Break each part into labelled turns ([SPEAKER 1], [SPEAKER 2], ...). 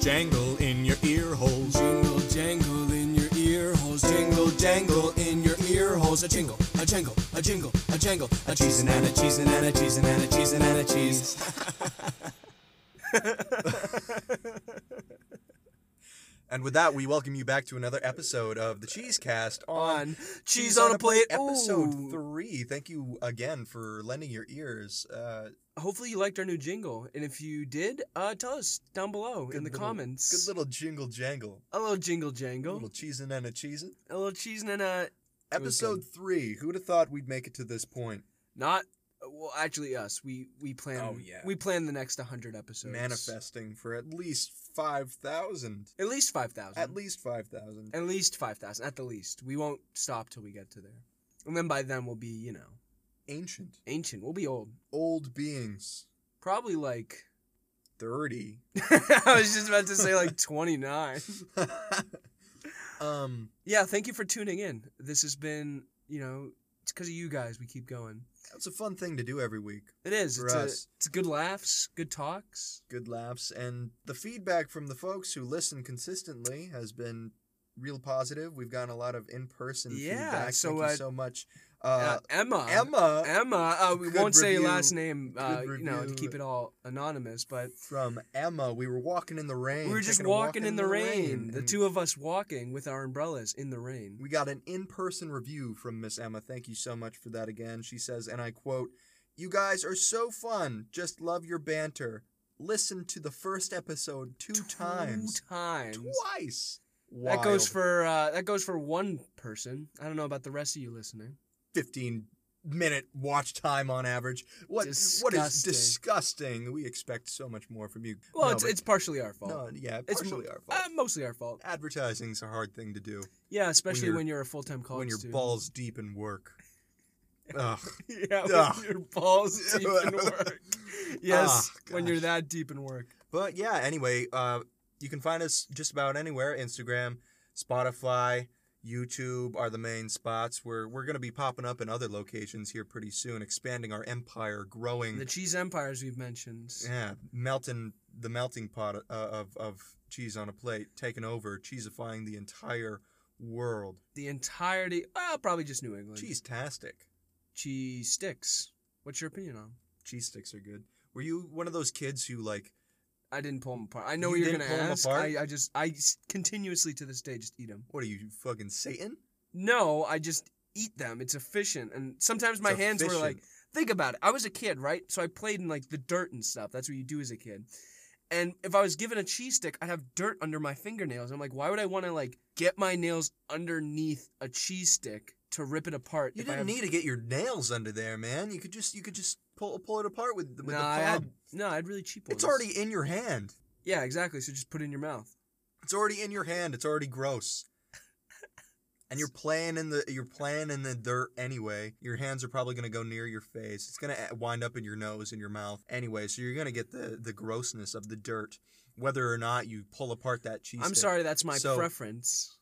[SPEAKER 1] jangle in your ear holes.
[SPEAKER 2] Jingle jangle in your ear holes, jingle jangle in your ear holes. A jingle, a jingle, a jingle, a jangle, a cheese and a cheese and a cheese and a cheese and a cheese.
[SPEAKER 3] And with that, we welcome you back to another episode of the Cheesecast on
[SPEAKER 2] On cheese on a plate.
[SPEAKER 3] episode
[SPEAKER 2] Ooh.
[SPEAKER 3] three. Thank you again for lending your ears. Uh,
[SPEAKER 2] Hopefully you liked our new jingle, and if you did, uh, tell us down below in
[SPEAKER 3] good
[SPEAKER 2] the
[SPEAKER 3] little-
[SPEAKER 2] comments.
[SPEAKER 3] Good little jingle jangle.
[SPEAKER 2] a little jingle jangle,
[SPEAKER 3] Little cheesin' and a cheesin'.
[SPEAKER 2] a little cheese and a It was
[SPEAKER 3] Episode three. Who'd have thought we'd make it to this point?
[SPEAKER 2] not. Well, actually, us. We we plan.
[SPEAKER 3] Oh, yeah.
[SPEAKER 2] We plan the next hundred episodes.
[SPEAKER 3] Manifesting for at least five thousand.
[SPEAKER 2] At least five thousand.
[SPEAKER 3] At least five thousand.
[SPEAKER 2] At least five thousand. At the least, we won't stop till we get to there, and then by then we'll be, you know,
[SPEAKER 3] Ancient,
[SPEAKER 2] ancient. We'll be old.
[SPEAKER 3] old beings,
[SPEAKER 2] Probably like.
[SPEAKER 3] thirty.
[SPEAKER 2] I was just about to say like twenty nine.
[SPEAKER 3] um,
[SPEAKER 2] Yeah. Thank you for tuning in. This has been, you know, it's because of you guys we keep going.
[SPEAKER 3] that's a fun thing to do every week.
[SPEAKER 2] It is.
[SPEAKER 3] For
[SPEAKER 2] it's, a,
[SPEAKER 3] us.
[SPEAKER 2] it's good laughs, good talks.
[SPEAKER 3] good laughs and the feedback from the folks who listen consistently has been real positive we've gotten a lot of in-person
[SPEAKER 2] Yeah,
[SPEAKER 3] feedback
[SPEAKER 2] so,
[SPEAKER 3] thank
[SPEAKER 2] uh,
[SPEAKER 3] you so much
[SPEAKER 2] Uh,
[SPEAKER 3] uh,
[SPEAKER 2] Emma.
[SPEAKER 3] emma
[SPEAKER 2] Emma. Uh, we
[SPEAKER 3] good
[SPEAKER 2] won't say your
[SPEAKER 3] review.
[SPEAKER 2] last name. Uh,
[SPEAKER 3] Good
[SPEAKER 2] you know, to
[SPEAKER 3] review.
[SPEAKER 2] keep it all anonymous, but
[SPEAKER 3] from emma we were walking in the rain
[SPEAKER 2] we were just
[SPEAKER 3] taking a walk
[SPEAKER 2] walking in the rain. The
[SPEAKER 3] and
[SPEAKER 2] two of us walking with our umbrellas in the rain.
[SPEAKER 3] we got an in-person review from miss emma thank you so much for that again she says and i quote you guys are so fun just love your banter listen to the first episode two, times
[SPEAKER 2] Two times.
[SPEAKER 3] twice
[SPEAKER 2] That goes
[SPEAKER 3] Wild.
[SPEAKER 2] for uh, that goes for one person. I don't know about the rest of you listening.
[SPEAKER 3] 15 minute watch time on average. What what is
[SPEAKER 2] Disgusting.
[SPEAKER 3] disgusting? We expect so much more from you.
[SPEAKER 2] Well,
[SPEAKER 3] No,
[SPEAKER 2] it's
[SPEAKER 3] but-
[SPEAKER 2] it's partially our fault.
[SPEAKER 3] no, yeah,
[SPEAKER 2] it's
[SPEAKER 3] partially
[SPEAKER 2] mo-
[SPEAKER 3] our fault.
[SPEAKER 2] Uh, mostly our fault.
[SPEAKER 3] Advertising's a hard thing to do
[SPEAKER 2] Yeah, especially
[SPEAKER 3] you're-
[SPEAKER 2] when you're, a full time college
[SPEAKER 3] when you're
[SPEAKER 2] student.
[SPEAKER 3] balls deep in work. Ugh.
[SPEAKER 2] yeah,
[SPEAKER 3] Ugh.
[SPEAKER 2] when your balls deep in work. Yes,
[SPEAKER 3] Ah,
[SPEAKER 2] when you're
[SPEAKER 3] gosh.
[SPEAKER 2] that deep in work.
[SPEAKER 3] But yeah, anyway, uh, you can find us just about anywhere: Instagram, Spotify, YouTube are the main spots. We're we're gonna be popping up in other locations here pretty soon, expanding our empire, growing
[SPEAKER 2] The cheese empires we've mentioned.
[SPEAKER 3] Yeah, melting the melting pot uh, of of cheese on a plate, taking over, cheesifying the entire world.
[SPEAKER 2] The entirety. Well, probably just New England.
[SPEAKER 3] Cheese tastic.
[SPEAKER 2] Cheese sticks. What's your opinion on? 'em?
[SPEAKER 3] Cheese sticks are good. Were you one of those kids who like?
[SPEAKER 2] I didn't pull them apart. I know
[SPEAKER 3] You
[SPEAKER 2] are
[SPEAKER 3] didn't
[SPEAKER 2] gonna
[SPEAKER 3] pull 'em
[SPEAKER 2] ask.
[SPEAKER 3] apart?
[SPEAKER 2] I, I just I s- continuously to this day just eat them.
[SPEAKER 3] What are you fucking Satan?
[SPEAKER 2] No, I just eat them. It's efficient. And sometimes my
[SPEAKER 3] It's
[SPEAKER 2] hands were like,
[SPEAKER 3] efficient.
[SPEAKER 2] think about it. I was a kid, right? So I played in like the dirt and stuff. That's what you do as a kid. And if I was given a cheese stick, I'd have dirt under my fingernails. I'm like, why would I want to like get my nails underneath a cheese stick to rip it apart?
[SPEAKER 3] You
[SPEAKER 2] if I
[SPEAKER 3] didn't
[SPEAKER 2] have-
[SPEAKER 3] need to get your nails under there, man. You could just you could just pull pull it apart with with
[SPEAKER 2] no,
[SPEAKER 3] the
[SPEAKER 2] I
[SPEAKER 3] palm.
[SPEAKER 2] had no, I had really cheap ones.
[SPEAKER 3] it's already in your hand.
[SPEAKER 2] yeah, exactly. So just put it in your mouth.
[SPEAKER 3] It's already in your hand. It's already gross. And you're playing in the you're playing in the dirt anyway. Your hands are probably gonna go near your face. It's gonna a- wind up in your nose and your mouth anyway. So you're gonna get the the grossness of the dirt, whether or not you pull apart that cheese.
[SPEAKER 2] I'm
[SPEAKER 3] stick.
[SPEAKER 2] sorry, that's my
[SPEAKER 3] So-
[SPEAKER 2] preference.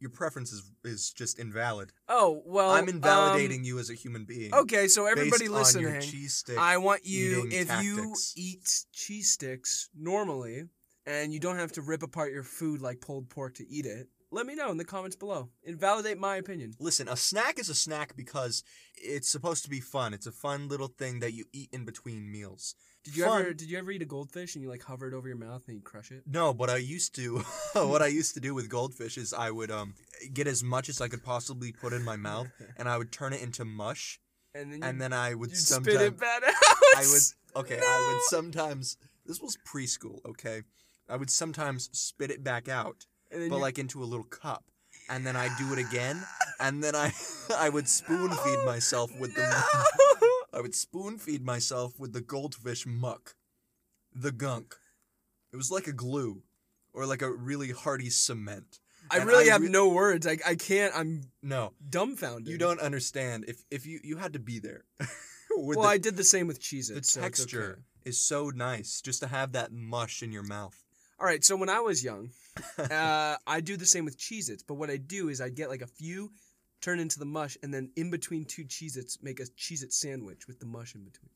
[SPEAKER 3] Your preference is is just invalid.
[SPEAKER 2] Oh well,
[SPEAKER 3] I'm
[SPEAKER 2] um,
[SPEAKER 3] invalidating you as a human being.
[SPEAKER 2] okay, so everybody
[SPEAKER 3] based
[SPEAKER 2] listening,
[SPEAKER 3] on your cheese stick.
[SPEAKER 2] I want you
[SPEAKER 3] eating
[SPEAKER 2] if you
[SPEAKER 3] tactics.
[SPEAKER 2] eat cheese sticks normally and you don't have to rip apart your food like pulled pork to eat it. Let me know in the comments below. Invalidate my opinion.
[SPEAKER 3] Listen, a snack is a snack because it's supposed to be fun. It's a fun little thing that you eat in between meals.
[SPEAKER 2] Did you
[SPEAKER 3] Fun.
[SPEAKER 2] ever did you ever eat a goldfish and you like hover it over your mouth and you crush it?
[SPEAKER 3] No, but I used to. what I used to do with goldfish is I would um get as much as I could possibly put in my mouth, and I would turn it into mush,
[SPEAKER 2] And then you,
[SPEAKER 3] and then I would
[SPEAKER 2] you
[SPEAKER 3] sometimes
[SPEAKER 2] spit it back out.
[SPEAKER 3] I would okay, I
[SPEAKER 2] No.
[SPEAKER 3] would sometimes. This was preschool, okay. I would sometimes spit it back out,
[SPEAKER 2] and then
[SPEAKER 3] but
[SPEAKER 2] you-
[SPEAKER 3] like into a little cup, and then I do it again, and then I I would spoon feed myself with the
[SPEAKER 2] No!
[SPEAKER 3] I would spoon feed myself with the goldfish muck, the gunk. It was like a glue, or like a really hardy cement.
[SPEAKER 2] I
[SPEAKER 3] And
[SPEAKER 2] really
[SPEAKER 3] I
[SPEAKER 2] have
[SPEAKER 3] re-
[SPEAKER 2] no words. I, I can't. I'm
[SPEAKER 3] No,
[SPEAKER 2] dumbfounded.
[SPEAKER 3] you don't understand. If if you you had to be there, with
[SPEAKER 2] Well,
[SPEAKER 3] the,
[SPEAKER 2] I did the same with cheese.
[SPEAKER 3] the texture is so nice just to have that mush in your mouth.
[SPEAKER 2] All right, so when I was young, uh, I do the same with Cheez Its, but what I do is I get like a few, turn into the mush, and then in between two Cheez Its, make a Cheez It sandwich with the mush in between.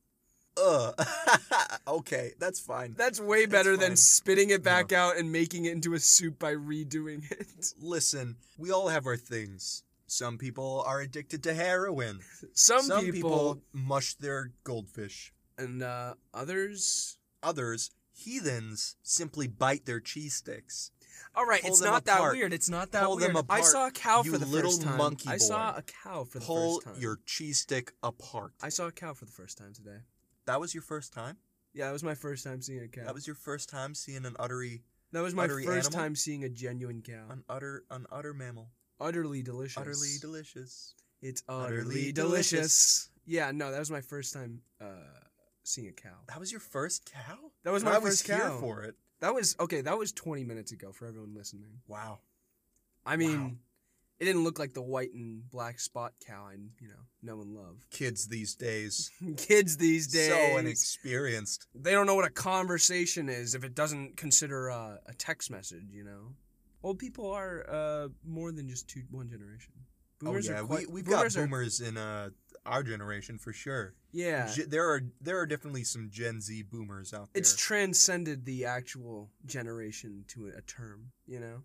[SPEAKER 3] Ugh. okay, that's fine.
[SPEAKER 2] That's way better than
[SPEAKER 3] fine.
[SPEAKER 2] spitting it back out and making it into a soup by redoing it.
[SPEAKER 3] Listen, we all have our things. Some people are addicted to heroin.
[SPEAKER 2] Some,
[SPEAKER 3] Some
[SPEAKER 2] people,
[SPEAKER 3] people mush their goldfish.
[SPEAKER 2] and uh, others.
[SPEAKER 3] Others, heathens, simply bite their cheese sticks.
[SPEAKER 2] All right,
[SPEAKER 3] Pull
[SPEAKER 2] it's
[SPEAKER 3] them
[SPEAKER 2] not that
[SPEAKER 3] apart.
[SPEAKER 2] weird. It's not that
[SPEAKER 3] Pull them
[SPEAKER 2] weird. I
[SPEAKER 3] apart,
[SPEAKER 2] saw a cow
[SPEAKER 3] you
[SPEAKER 2] for the
[SPEAKER 3] little
[SPEAKER 2] first time.
[SPEAKER 3] monkey
[SPEAKER 2] I saw
[SPEAKER 3] boy.
[SPEAKER 2] a cow for the
[SPEAKER 3] Pull
[SPEAKER 2] first time.
[SPEAKER 3] your cheese stick apart.
[SPEAKER 2] I saw a cow for the first time today.
[SPEAKER 3] That was your first time?
[SPEAKER 2] Yeah, it was my first time seeing a cow.
[SPEAKER 3] That was your first time seeing an uttery
[SPEAKER 2] That was my
[SPEAKER 3] Uttery
[SPEAKER 2] first
[SPEAKER 3] animal?
[SPEAKER 2] time seeing a genuine cow.
[SPEAKER 3] an utter an utter mammal.
[SPEAKER 2] utterly delicious.
[SPEAKER 3] Utterly delicious.
[SPEAKER 2] It's
[SPEAKER 3] utterly
[SPEAKER 2] utterly,
[SPEAKER 3] delicious.
[SPEAKER 2] delicious. Yeah, no, that was my first time uh, seeing a cow.
[SPEAKER 3] That was your first cow?
[SPEAKER 2] That was
[SPEAKER 3] And
[SPEAKER 2] my
[SPEAKER 3] I was
[SPEAKER 2] first
[SPEAKER 3] here
[SPEAKER 2] cow.
[SPEAKER 3] for it.
[SPEAKER 2] That was okay. That was 20 minutes ago for everyone listening.
[SPEAKER 3] Wow.
[SPEAKER 2] I mean,
[SPEAKER 3] Wow.
[SPEAKER 2] it didn't look like the white and black spot cow I you know know and love.
[SPEAKER 3] Kids these days.
[SPEAKER 2] Kids these days,
[SPEAKER 3] So inexperienced.
[SPEAKER 2] they don't know what a conversation is if it doesn't consider uh, a text message. You know, old people are uh, more than just two one generation. Boomers
[SPEAKER 3] oh yeah,
[SPEAKER 2] are quite,
[SPEAKER 3] we we've
[SPEAKER 2] boomers
[SPEAKER 3] got
[SPEAKER 2] are-
[SPEAKER 3] boomers in uh our generation for sure.
[SPEAKER 2] yeah,
[SPEAKER 3] Ge- there are there are definitely some Gen Z boomers out there.
[SPEAKER 2] it's transcended the actual generation to a term, you know?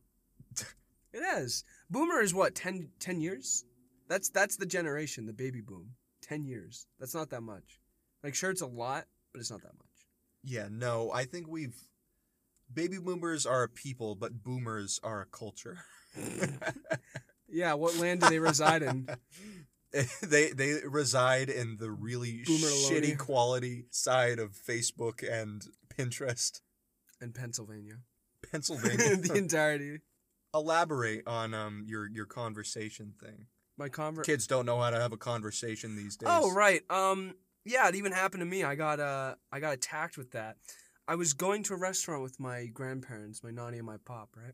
[SPEAKER 2] it has. Boomer is what, 10, 10 years? That's that's the generation, the baby boom. 10 years. That's not that much. Like, sure, it's a lot, but it's not that much.
[SPEAKER 3] yeah, no, I think we've baby boomers are a people, but boomers are a culture.
[SPEAKER 2] Yeah, what land do they reside in?
[SPEAKER 3] they they reside in the really
[SPEAKER 2] Boomerlonia.
[SPEAKER 3] shitty quality side of Facebook and Pinterest,
[SPEAKER 2] In Pennsylvania. the
[SPEAKER 3] Pennsylvania.
[SPEAKER 2] entirety.
[SPEAKER 3] Elaborate on um your your conversation thing.
[SPEAKER 2] My convert.
[SPEAKER 3] Kids don't know how to have a conversation these days.
[SPEAKER 2] Oh right. Um yeah, it even happened to me. I got uh I got attacked with that. I was going to a restaurant with my grandparents, my nanny and my pop, right?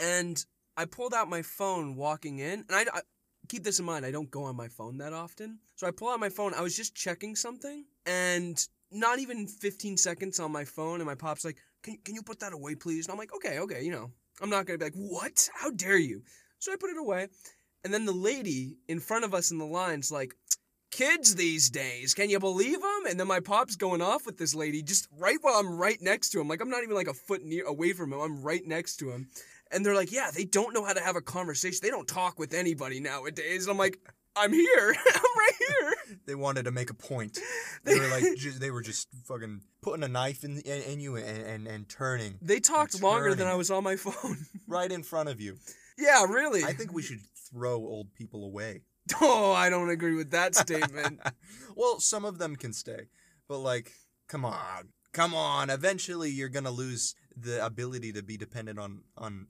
[SPEAKER 2] And I pulled out my phone walking in, and I, I keep this in mind. I don't go on my phone that often, so I pull out my phone. I was just checking something, and not even 15 seconds on my phone, and my pop's like, "Can can you put that away, please?" And I'm like, "Okay, okay, you know, I'm not gonna be like, what? How dare you?" So I put it away, and then the lady in front of us in the line's like, kids these days, can you believe them? And then my pop's going off with this lady just right while I'm right next to him. Like I'm not even like a foot near away from him. I'm right next to him. And they're like, yeah, they don't know how to have a conversation. They don't talk with anybody nowadays. And I'm like, I'm here. I'm right here.
[SPEAKER 3] They wanted to make a point. They were like, ju- they were just fucking putting a knife in in, in you and, and and turning
[SPEAKER 2] They talked longer than
[SPEAKER 3] turning.
[SPEAKER 2] I was on my phone.
[SPEAKER 3] right in front of you.
[SPEAKER 2] yeah, really.
[SPEAKER 3] I think we should throw old people away.
[SPEAKER 2] Oh, I don't agree with that statement.
[SPEAKER 3] well, some of them can stay, but like, come on, come on. Eventually, you're gonna lose the ability to be dependent on on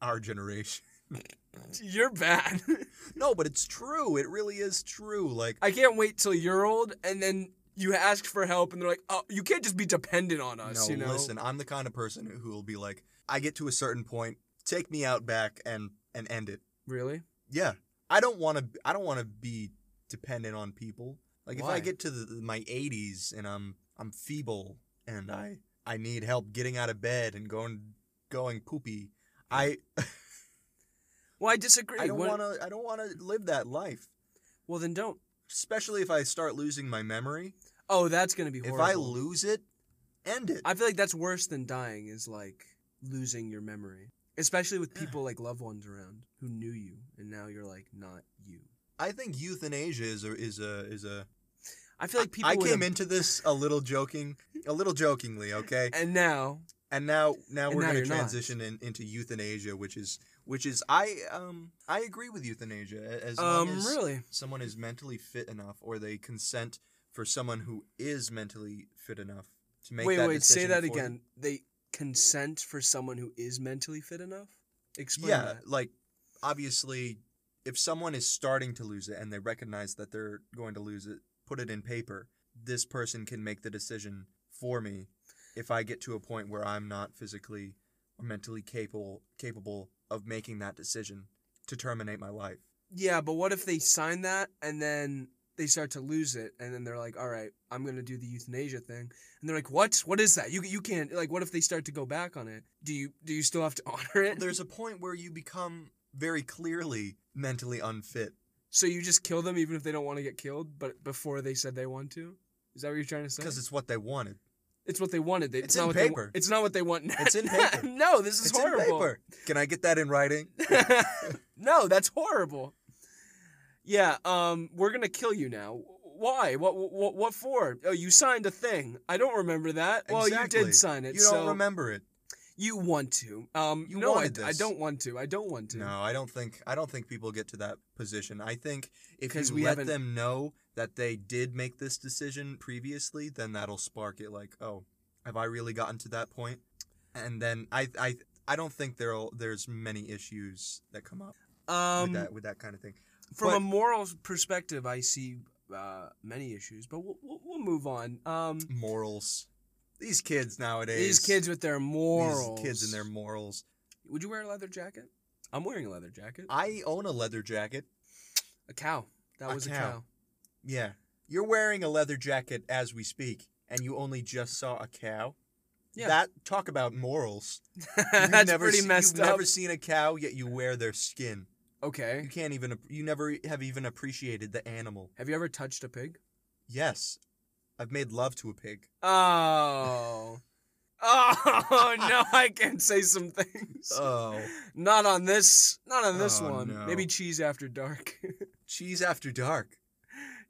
[SPEAKER 3] our generation.
[SPEAKER 2] You're bad.
[SPEAKER 3] No, but it's true. It really is true. Like,
[SPEAKER 2] I can't wait till you're old and then you ask for help and they're like, oh, you can't just be dependent on us,
[SPEAKER 3] no,
[SPEAKER 2] you know?
[SPEAKER 3] listen, I'm the kind of person who will be like, I get to a certain point, take me out back and and end it.
[SPEAKER 2] Really?
[SPEAKER 3] Yeah, I don't want to. I don't want to be dependent on people. Like if I
[SPEAKER 2] Why?
[SPEAKER 3] get to the, my 80s and I'm I'm feeble and I I need help getting out of bed and going going poopy. I
[SPEAKER 2] Well, I disagree.
[SPEAKER 3] I don't
[SPEAKER 2] What-
[SPEAKER 3] want to. I don't want to live that life.
[SPEAKER 2] Well, then don't.
[SPEAKER 3] Especially if I start losing my memory.
[SPEAKER 2] Oh, that's gonna be horrible.
[SPEAKER 3] If I lose it, end it.
[SPEAKER 2] I feel like that's worse than dying. Is like losing your memory, especially with people like loved ones around who knew you, and now you're like not you.
[SPEAKER 3] I think euthanasia is a is a is a.
[SPEAKER 2] I feel like people.
[SPEAKER 3] I
[SPEAKER 2] with
[SPEAKER 3] came
[SPEAKER 2] a-
[SPEAKER 3] into this a little joking, a little jokingly. Okay.
[SPEAKER 2] and now
[SPEAKER 3] and now now
[SPEAKER 2] And
[SPEAKER 3] we're
[SPEAKER 2] now
[SPEAKER 3] going
[SPEAKER 2] you're
[SPEAKER 3] to
[SPEAKER 2] not.
[SPEAKER 3] transition in, into euthanasia which is which is i um i agree with euthanasia a- as long
[SPEAKER 2] um
[SPEAKER 3] as
[SPEAKER 2] really
[SPEAKER 3] someone is mentally fit enough or they consent for someone who is mentally fit enough to make
[SPEAKER 2] wait
[SPEAKER 3] that
[SPEAKER 2] wait say
[SPEAKER 3] decision
[SPEAKER 2] that
[SPEAKER 3] for them.
[SPEAKER 2] again. They consent for someone who is mentally fit enough. Explain
[SPEAKER 3] yeah
[SPEAKER 2] that.
[SPEAKER 3] like obviously if someone is starting to lose it and they recognize that they're going to lose it put it in paper this person can make the decision for me if i get to a point where i'm not physically or mentally capable capable of making that decision to terminate my life
[SPEAKER 2] Yeah, but what if they sign that and then they start to lose it and then they're like, "All right, I'm going to do the euthanasia thing." And they're like, "What? What is that? You you can't like what if they start to go back on it? Do you do you still have to honor it?"
[SPEAKER 3] there's a point where you become very clearly mentally unfit
[SPEAKER 2] so you just kill them even if they don't want to get killed, but before they said they want to? Is that what you're trying to say?
[SPEAKER 3] because it's what they wanted.
[SPEAKER 2] It's what they wanted. They,
[SPEAKER 3] It's
[SPEAKER 2] not
[SPEAKER 3] in
[SPEAKER 2] what they wa-
[SPEAKER 3] paper.
[SPEAKER 2] it's not what they want now.
[SPEAKER 3] It's in paper.
[SPEAKER 2] no, this is
[SPEAKER 3] it's
[SPEAKER 2] horrible.
[SPEAKER 3] in paper. Can I get that in writing?
[SPEAKER 2] no, that's horrible. Yeah, um, we're gonna kill you now. Why? What? What? What for? Oh, you signed a thing. I don't remember that. Well, you
[SPEAKER 3] Exactly.
[SPEAKER 2] did sign it.
[SPEAKER 3] you
[SPEAKER 2] so
[SPEAKER 3] don't remember it.
[SPEAKER 2] You want to? Um,
[SPEAKER 3] You
[SPEAKER 2] no, I,
[SPEAKER 3] wanted
[SPEAKER 2] I
[SPEAKER 3] this.
[SPEAKER 2] don't want to. I don't want to.
[SPEAKER 3] No, I don't think I don't think people get to that position. I think if
[SPEAKER 2] 'Cause
[SPEAKER 3] you
[SPEAKER 2] we
[SPEAKER 3] let
[SPEAKER 2] haven't-
[SPEAKER 3] them know that they did make this decision previously, then that'll spark it. Like, oh, have I really gotten to that point? And then I I I don't think there'll there's many issues that come up
[SPEAKER 2] Um,
[SPEAKER 3] with that with that kind of thing.
[SPEAKER 2] from
[SPEAKER 3] but-
[SPEAKER 2] a moral perspective, I see uh, many issues, but we'll, we'll, we'll move on. Um,
[SPEAKER 3] Morals. These kids nowadays.
[SPEAKER 2] these kids with their morals.
[SPEAKER 3] These kids and their morals.
[SPEAKER 2] Would you wear a leather jacket? I'm wearing a leather jacket.
[SPEAKER 3] I own a leather jacket.
[SPEAKER 2] A cow. That
[SPEAKER 3] A
[SPEAKER 2] was a
[SPEAKER 3] cow.
[SPEAKER 2] cow.
[SPEAKER 3] Yeah. You're wearing a leather jacket as we speak, and you only just saw a cow.
[SPEAKER 2] Yeah.
[SPEAKER 3] That talk about morals. You've
[SPEAKER 2] That's
[SPEAKER 3] never
[SPEAKER 2] pretty
[SPEAKER 3] se-
[SPEAKER 2] messed
[SPEAKER 3] You've
[SPEAKER 2] up.
[SPEAKER 3] never seen a cow, yet you wear their skin. You
[SPEAKER 2] Okay.
[SPEAKER 3] can't even. app- You never e, have even appreciated the animal.
[SPEAKER 2] Have you ever touched a pig?
[SPEAKER 3] Yes, I've made love to a pig.
[SPEAKER 2] Oh. Oh no, I can't say some things.
[SPEAKER 3] Oh,
[SPEAKER 2] Not on this. Not on this
[SPEAKER 3] Oh,
[SPEAKER 2] one.
[SPEAKER 3] no.
[SPEAKER 2] Maybe cheese after dark.
[SPEAKER 3] cheese after dark.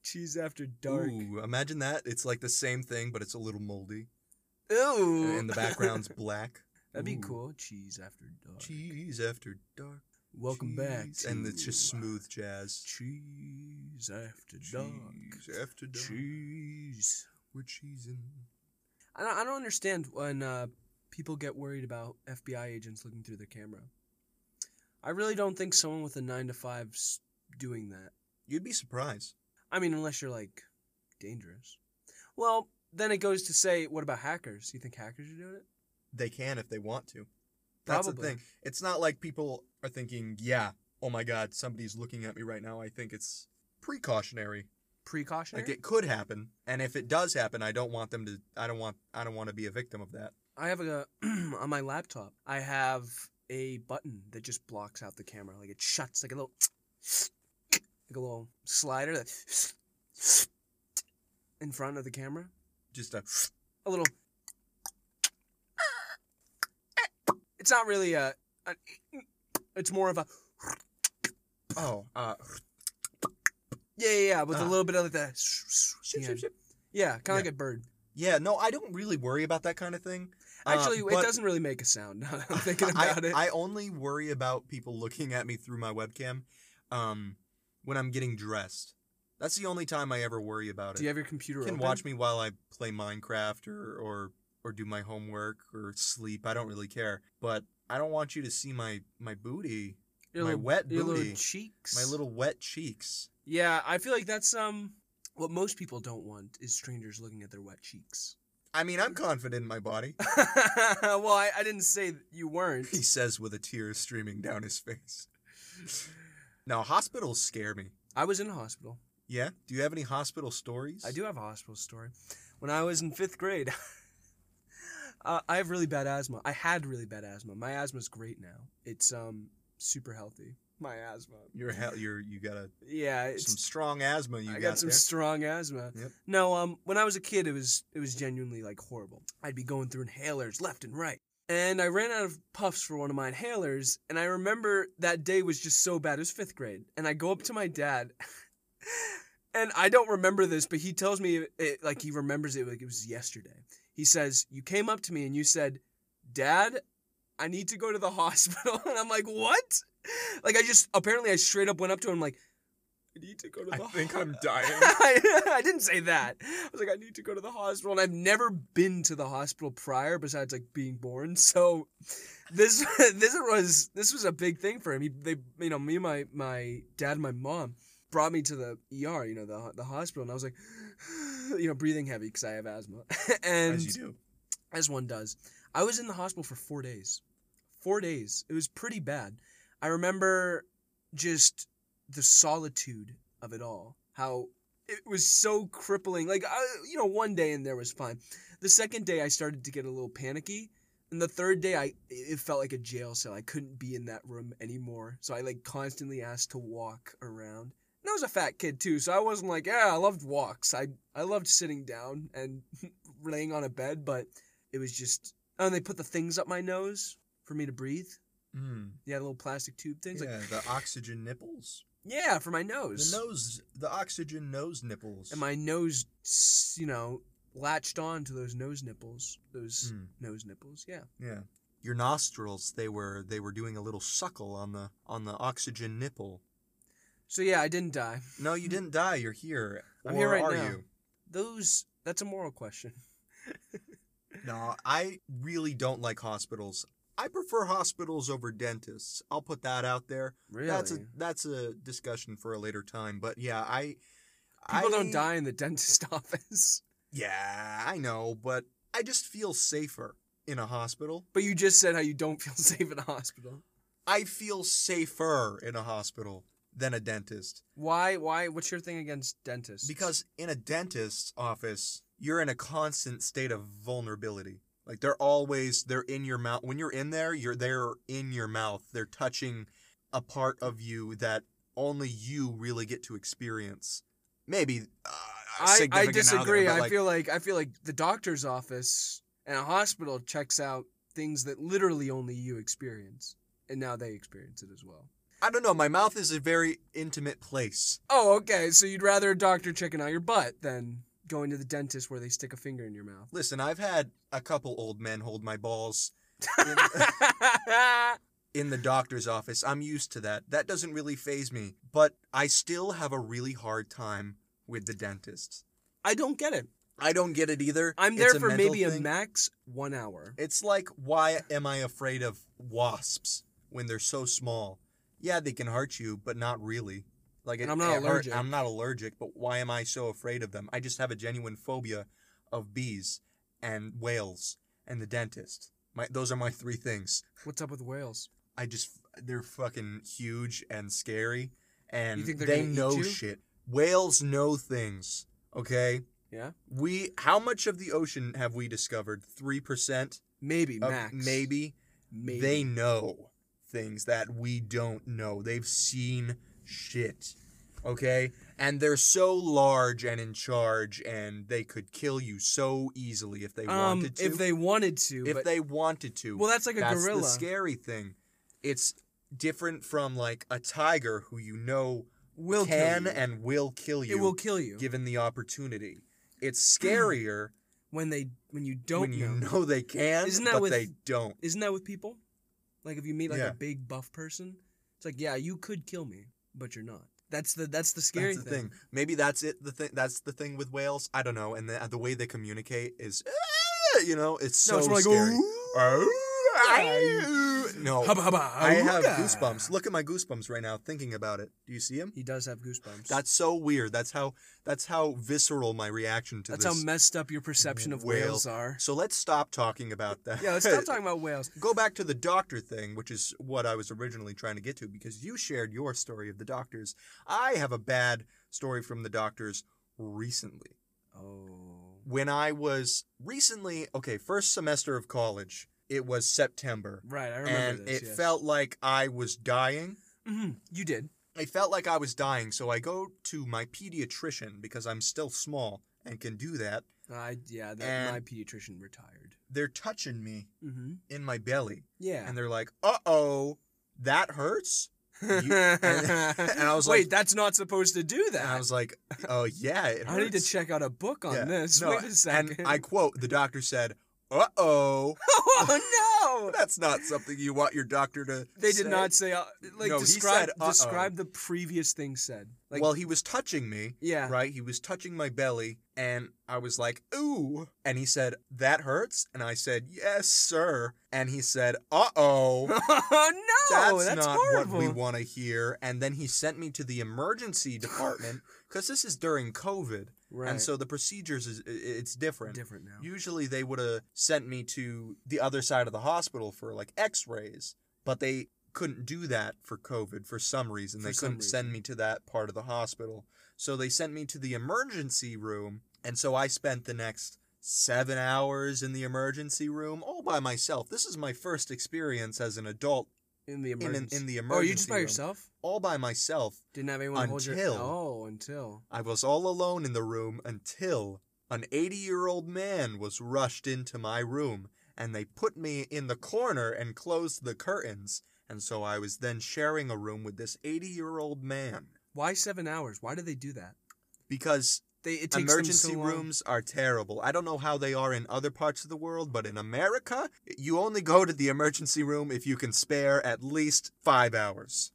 [SPEAKER 2] cheese after dark.
[SPEAKER 3] Ooh, imagine that. It's like the same thing, but it's a little moldy,
[SPEAKER 2] Ooh.
[SPEAKER 3] and the background's black.
[SPEAKER 2] That'd be
[SPEAKER 3] Ooh.
[SPEAKER 2] cool. Cheese after dark.
[SPEAKER 3] Cheese after dark.
[SPEAKER 2] Welcome back.
[SPEAKER 3] cheese- and it's just
[SPEAKER 2] to
[SPEAKER 3] smooth jazz.
[SPEAKER 2] Cheese after dark.
[SPEAKER 3] Cheese after dark.
[SPEAKER 2] Cheese.
[SPEAKER 3] We're cheesing.
[SPEAKER 2] I don't, I don't understand when uh, people get worried about FBI agents looking through their camera. I really don't think someone with a nine to five's doing that.
[SPEAKER 3] You'd be surprised.
[SPEAKER 2] I mean, unless you're like dangerous. Well, then it goes to say, what about hackers? You think hackers are doing it?
[SPEAKER 3] They can if they want to. That's the
[SPEAKER 2] Probably.
[SPEAKER 3] thing. It's not like people are thinking, yeah, oh my God, somebody's looking at me right now. I think it's precautionary.
[SPEAKER 2] Precautionary.
[SPEAKER 3] Like it could happen, and if it does happen, I don't want them to. I don't want. I don't want to be a victim of that.
[SPEAKER 2] I have a on my laptop. I have a button that just blocks out the camera. Like it shuts, like a little, like a little slider that in front of the camera.
[SPEAKER 3] Just a.
[SPEAKER 2] a little. It's not really a. a it's more of a
[SPEAKER 3] Oh, uh,
[SPEAKER 2] yeah yeah, yeah with a
[SPEAKER 3] Ah.
[SPEAKER 2] little bit of like that. Yeah, yeah kind of like
[SPEAKER 3] Yeah.
[SPEAKER 2] a bird.
[SPEAKER 3] yeah. No, I don't really worry about that kind of thing. Uh,
[SPEAKER 2] Actually, it
[SPEAKER 3] but-
[SPEAKER 2] doesn't really make a sound. Now that I'm thinking
[SPEAKER 3] I-
[SPEAKER 2] about it.
[SPEAKER 3] I only worry about people looking at me through my webcam um, when I'm getting dressed. That's the only time I ever worry about
[SPEAKER 2] Do you
[SPEAKER 3] it.
[SPEAKER 2] have your computer?
[SPEAKER 3] You can
[SPEAKER 2] open?
[SPEAKER 3] watch me while I play Minecraft or, or or do my homework or sleep. I don't really care. But I don't want you to see my my booty,
[SPEAKER 2] Your
[SPEAKER 3] my
[SPEAKER 2] little,
[SPEAKER 3] wet
[SPEAKER 2] your
[SPEAKER 3] booty.
[SPEAKER 2] little cheeks.
[SPEAKER 3] my little wet cheeks.
[SPEAKER 2] Yeah, I feel like that's um what most people don't want is strangers looking at their wet cheeks.
[SPEAKER 3] I mean, I'm confident in my body.
[SPEAKER 2] well, I, I didn't say that you weren't.
[SPEAKER 3] He says with a tear streaming down his face. Now, hospitals scare me.
[SPEAKER 2] I was in a hospital.
[SPEAKER 3] Yeah? Do you have any hospital stories?
[SPEAKER 2] I do have a hospital story. When I was in fifth grade, uh, I have really bad asthma. I had really bad asthma. My asthma's great now. It's um super healthy. My asthma.
[SPEAKER 3] You're hell. You're you got a
[SPEAKER 2] Yeah,
[SPEAKER 3] some
[SPEAKER 2] it's,
[SPEAKER 3] strong asthma you
[SPEAKER 2] I
[SPEAKER 3] got,
[SPEAKER 2] got some
[SPEAKER 3] there.
[SPEAKER 2] strong asthma.
[SPEAKER 3] Yep.
[SPEAKER 2] No, um, when I was a kid, it was it was genuinely like horrible. I'd be going through inhalers left and right. And I ran out of puffs for one of my inhalers, and I remember that day was just so bad. It was fifth grade, and I go up to my dad, and I don't remember this, but he tells me it, like he remembers it like it was yesterday. He says, "You came up to me and you said, Dad, I need to go to the hospital," and I'm like, "What?" Like I just apparently I straight up went up to him like, "I need to go to the
[SPEAKER 3] I think I'm dying.
[SPEAKER 2] I, I didn't say that. I was like, I need to go to the hospital, and I've never been to the hospital prior, besides like being born. So, this this was this was a big thing for him. He, they, you know, me, and my my dad, and my mom brought me to the ER, you know, the the hospital, and I was like, you know, breathing heavy because I have asthma, and
[SPEAKER 3] As you do.
[SPEAKER 2] as one does. I was in the hospital for four days. Four days. It was pretty bad. I remember just the solitude of it all. How it was so crippling. Like, I, you know, one day in there was fine. The second day, I started to get a little panicky. And the third day, I it felt like a jail cell. I couldn't be in that room anymore. So I like constantly asked to walk around. And I was a fat kid too, so I wasn't like, yeah, I loved walks. I I loved sitting down and laying on a bed, but it was just oh, and they put the things up my nose for me to breathe.
[SPEAKER 3] Mm.
[SPEAKER 2] Yeah, the little plastic tube things.
[SPEAKER 3] Yeah,
[SPEAKER 2] Like
[SPEAKER 3] the oxygen nipples.
[SPEAKER 2] yeah, for my
[SPEAKER 3] The
[SPEAKER 2] nose.
[SPEAKER 3] nose, the oxygen nose nipples.
[SPEAKER 2] And my nose, s- you know, latched on to those nose nipples. Those
[SPEAKER 3] Mm,
[SPEAKER 2] nose nipples. Yeah.
[SPEAKER 3] yeah. Your nostrils, they were they were doing a little suckle on the on the oxygen nipple.
[SPEAKER 2] So yeah, I didn't die.
[SPEAKER 3] No, you didn't die. You're here.
[SPEAKER 2] Hmm. I'm
[SPEAKER 3] or
[SPEAKER 2] here right
[SPEAKER 3] are
[SPEAKER 2] now.
[SPEAKER 3] you?
[SPEAKER 2] Those. That's a moral question.
[SPEAKER 3] No, I really don't like hospitals. I prefer hospitals over dentists. I'll put that out there.
[SPEAKER 2] Really.
[SPEAKER 3] That's a that's a discussion for a later time. But yeah, I
[SPEAKER 2] People
[SPEAKER 3] I,
[SPEAKER 2] don't die in the dentist office.
[SPEAKER 3] Yeah, I know, but I just feel safer in a hospital.
[SPEAKER 2] But you just said how you don't feel safe in a hospital.
[SPEAKER 3] I feel safer in a hospital than a dentist
[SPEAKER 2] Why? Why? What's your thing against dentists?
[SPEAKER 3] because in a dentist's office, you're in a constant state of vulnerability. Like they're always they're in your mouth. When you're in there, you're they're in your mouth. They're touching a part of you that only you really get to experience. Maybe uh,
[SPEAKER 2] I, I
[SPEAKER 3] significant now there,
[SPEAKER 2] disagree.
[SPEAKER 3] but,
[SPEAKER 2] I
[SPEAKER 3] like,
[SPEAKER 2] feel like I feel like the doctor's office and a hospital checks out things that literally only you experience, and now they experience it as well.
[SPEAKER 3] I don't know. My mouth is a very intimate place.
[SPEAKER 2] Oh, okay. So you'd rather a doctor checking out your butt than going to the dentist where they stick a finger in your mouth.
[SPEAKER 3] Listen, I've had a couple old men hold my balls in the doctor's office. I'm used to that. That doesn't really phase me, but I still have a really hard time with the dentist.
[SPEAKER 2] I don't get it.
[SPEAKER 3] I don't get it either.
[SPEAKER 2] I'm
[SPEAKER 3] It's
[SPEAKER 2] there for
[SPEAKER 3] mental
[SPEAKER 2] maybe a
[SPEAKER 3] thing.
[SPEAKER 2] max one hour.
[SPEAKER 3] It's like why am I afraid of wasps when they're so small? Yeah, they can hurt you, but not really. Like
[SPEAKER 2] And I'm not
[SPEAKER 3] hurt-
[SPEAKER 2] allergic.
[SPEAKER 3] I'm not allergic, but why am I so afraid of them? I just have a genuine phobia of bees and whales and the dentist. My those are my three things.
[SPEAKER 2] What's up with whales?
[SPEAKER 3] I just they're fucking huge and scary, and
[SPEAKER 2] You think they're
[SPEAKER 3] they
[SPEAKER 2] gonna eat
[SPEAKER 3] know
[SPEAKER 2] you?
[SPEAKER 3] shit. Whales know things. Okay,
[SPEAKER 2] Yeah,
[SPEAKER 3] we how much of the ocean have we discovered? Three percent,
[SPEAKER 2] maybe max.
[SPEAKER 3] Uh, maybe.
[SPEAKER 2] maybe
[SPEAKER 3] They know things that we don't know. They've seen shit. Okay? And they're so large and in charge and they could kill you so easily if they
[SPEAKER 2] um
[SPEAKER 3] wanted to.
[SPEAKER 2] if they wanted to.
[SPEAKER 3] if
[SPEAKER 2] but,
[SPEAKER 3] they wanted to.
[SPEAKER 2] well, that's like a
[SPEAKER 3] That's
[SPEAKER 2] gorilla.
[SPEAKER 3] the scary thing. It's different from like a tiger who you know
[SPEAKER 2] will kill
[SPEAKER 3] can
[SPEAKER 2] you.
[SPEAKER 3] and will kill you
[SPEAKER 2] it will kill you
[SPEAKER 3] given the opportunity. It's scarier
[SPEAKER 2] when they when you don't
[SPEAKER 3] when you
[SPEAKER 2] know.
[SPEAKER 3] know. they can,
[SPEAKER 2] Isn't that
[SPEAKER 3] but
[SPEAKER 2] with-
[SPEAKER 3] they don't.
[SPEAKER 2] Isn't that with people? Like if you meet like
[SPEAKER 3] Yeah.
[SPEAKER 2] a big buff person, it's like yeah, you could kill me, but you're not. That's the that's the scary
[SPEAKER 3] that's the thing. Maybe that's it. The thing that's the thing with whales. I don't know. And the, the way they communicate is, "Ah," you know, it's so
[SPEAKER 2] No, it's more like,
[SPEAKER 3] scary.
[SPEAKER 2] "Ooh,
[SPEAKER 3] Ah, ah." no,
[SPEAKER 2] Hubba, hubba,
[SPEAKER 3] I have
[SPEAKER 2] hooga.
[SPEAKER 3] goosebumps. Look at my goosebumps right now. Thinking about it. Do you see them?
[SPEAKER 2] He does have goosebumps.
[SPEAKER 3] That's so weird. That's how that's how visceral my reaction to
[SPEAKER 2] that's
[SPEAKER 3] this.
[SPEAKER 2] how messed up your perception of
[SPEAKER 3] whale-
[SPEAKER 2] whales are.
[SPEAKER 3] so let's stop talking about that.
[SPEAKER 2] Yeah, let's stop talking about whales.
[SPEAKER 3] Go back to the doctor thing, which is what I was originally trying to get to because you shared your story of the doctors. I have a bad story from the doctors recently.
[SPEAKER 2] Oh.
[SPEAKER 3] When I was recently, okay, first semester of college, it was September.
[SPEAKER 2] Right, I remember
[SPEAKER 3] And
[SPEAKER 2] this.
[SPEAKER 3] it
[SPEAKER 2] yes.
[SPEAKER 3] felt like I was dying.
[SPEAKER 2] Mhm, You did.
[SPEAKER 3] I felt like I was dying, so I go to my pediatrician because I'm still small and can do that.
[SPEAKER 2] I yeah. That,
[SPEAKER 3] And-
[SPEAKER 2] my pediatrician retired.
[SPEAKER 3] They're touching me
[SPEAKER 2] Mm-hmm.
[SPEAKER 3] in my belly,
[SPEAKER 2] Yeah.
[SPEAKER 3] and they're like, "Uh oh, that hurts." you- and- and I was
[SPEAKER 2] wait,
[SPEAKER 3] like-
[SPEAKER 2] that's not supposed to do that.
[SPEAKER 3] And I was like, "Oh yeah, it
[SPEAKER 2] I need to
[SPEAKER 3] hurts."
[SPEAKER 2] check out a book on
[SPEAKER 3] Yeah.
[SPEAKER 2] this.
[SPEAKER 3] No,
[SPEAKER 2] Wait a second.
[SPEAKER 3] And I quote: the doctor said, "Uh oh,
[SPEAKER 2] oh no!
[SPEAKER 3] that's not something you want your doctor to."
[SPEAKER 2] They did
[SPEAKER 3] say."
[SPEAKER 2] not say uh, like
[SPEAKER 3] No, he
[SPEAKER 2] describe
[SPEAKER 3] said, "Uh-oh."
[SPEAKER 2] describe the previous thing said. Like
[SPEAKER 3] well, he was touching me,
[SPEAKER 2] yeah,
[SPEAKER 3] right? He was touching my belly, and I was like, "Ooh," and he said, "That hurts," and I said, "Yes, sir," and he said, "Uh oh."
[SPEAKER 2] oh no,
[SPEAKER 3] that's,
[SPEAKER 2] that's,
[SPEAKER 3] not
[SPEAKER 2] horrible.
[SPEAKER 3] what we want to hear. And then he sent me to the emergency department because this is during COVID,
[SPEAKER 2] Right.
[SPEAKER 3] and so the procedures is i- it's different.
[SPEAKER 2] different now.
[SPEAKER 3] Usually they would have sent me to the other side of the hospital for like X-rays, but they couldn't do that for COVID for some reason.
[SPEAKER 2] For
[SPEAKER 3] they
[SPEAKER 2] some
[SPEAKER 3] couldn't send
[SPEAKER 2] reason.
[SPEAKER 3] me to that part of the hospital, so they sent me to the emergency room, and so I spent the next. Seven hours in the emergency room all by myself. This is my first experience as an adult
[SPEAKER 2] in the
[SPEAKER 3] in, in,
[SPEAKER 2] emergency.
[SPEAKER 3] in the emergency
[SPEAKER 2] oh, are you just by
[SPEAKER 3] room.
[SPEAKER 2] yourself?
[SPEAKER 3] All by myself.
[SPEAKER 2] Didn't have anyone hold your.
[SPEAKER 3] Until-
[SPEAKER 2] Oh, until.
[SPEAKER 3] I was all alone in the room until an 80 year old man was rushed into my room and they put me in the corner and closed the curtains. And so I was then sharing a room with this 80 year old man
[SPEAKER 2] Why seven hours? Why do they do that?
[SPEAKER 3] because
[SPEAKER 2] They it takes
[SPEAKER 3] emergency
[SPEAKER 2] them so long.
[SPEAKER 3] rooms are terrible. I don't know how they are in other parts of the world, but in America, you only go to the emergency room if you can spare at least five hours.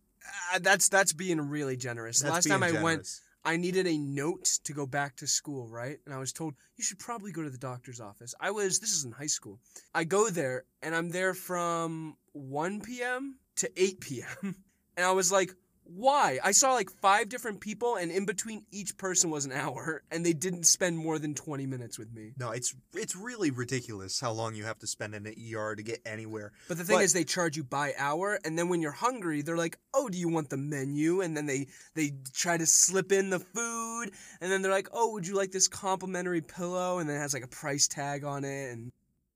[SPEAKER 2] Ah, that's that's being really generous.
[SPEAKER 3] That's
[SPEAKER 2] Last
[SPEAKER 3] being
[SPEAKER 2] time I went,
[SPEAKER 3] generous.
[SPEAKER 2] I needed a note to go back to school, right? And I was told you should probably go to the doctor's office. I was this is in high school. I go there and I'm there from 1 p.m. to 8 p.m. and I was like, why? I saw like five different people, and in between each person was an hour, and they didn't spend more than 20 minutes with me.
[SPEAKER 3] No, it's it's really ridiculous how long you have to spend in an ER to get anywhere.
[SPEAKER 2] But the thing
[SPEAKER 3] But-
[SPEAKER 2] is, they charge you by hour, and then when you're hungry, they're like, "Oh, do you want the menu?" And then they they try to slip in the food, and then they're like, "Oh, would you like this complimentary pillow?" And then it has like a price tag on it, and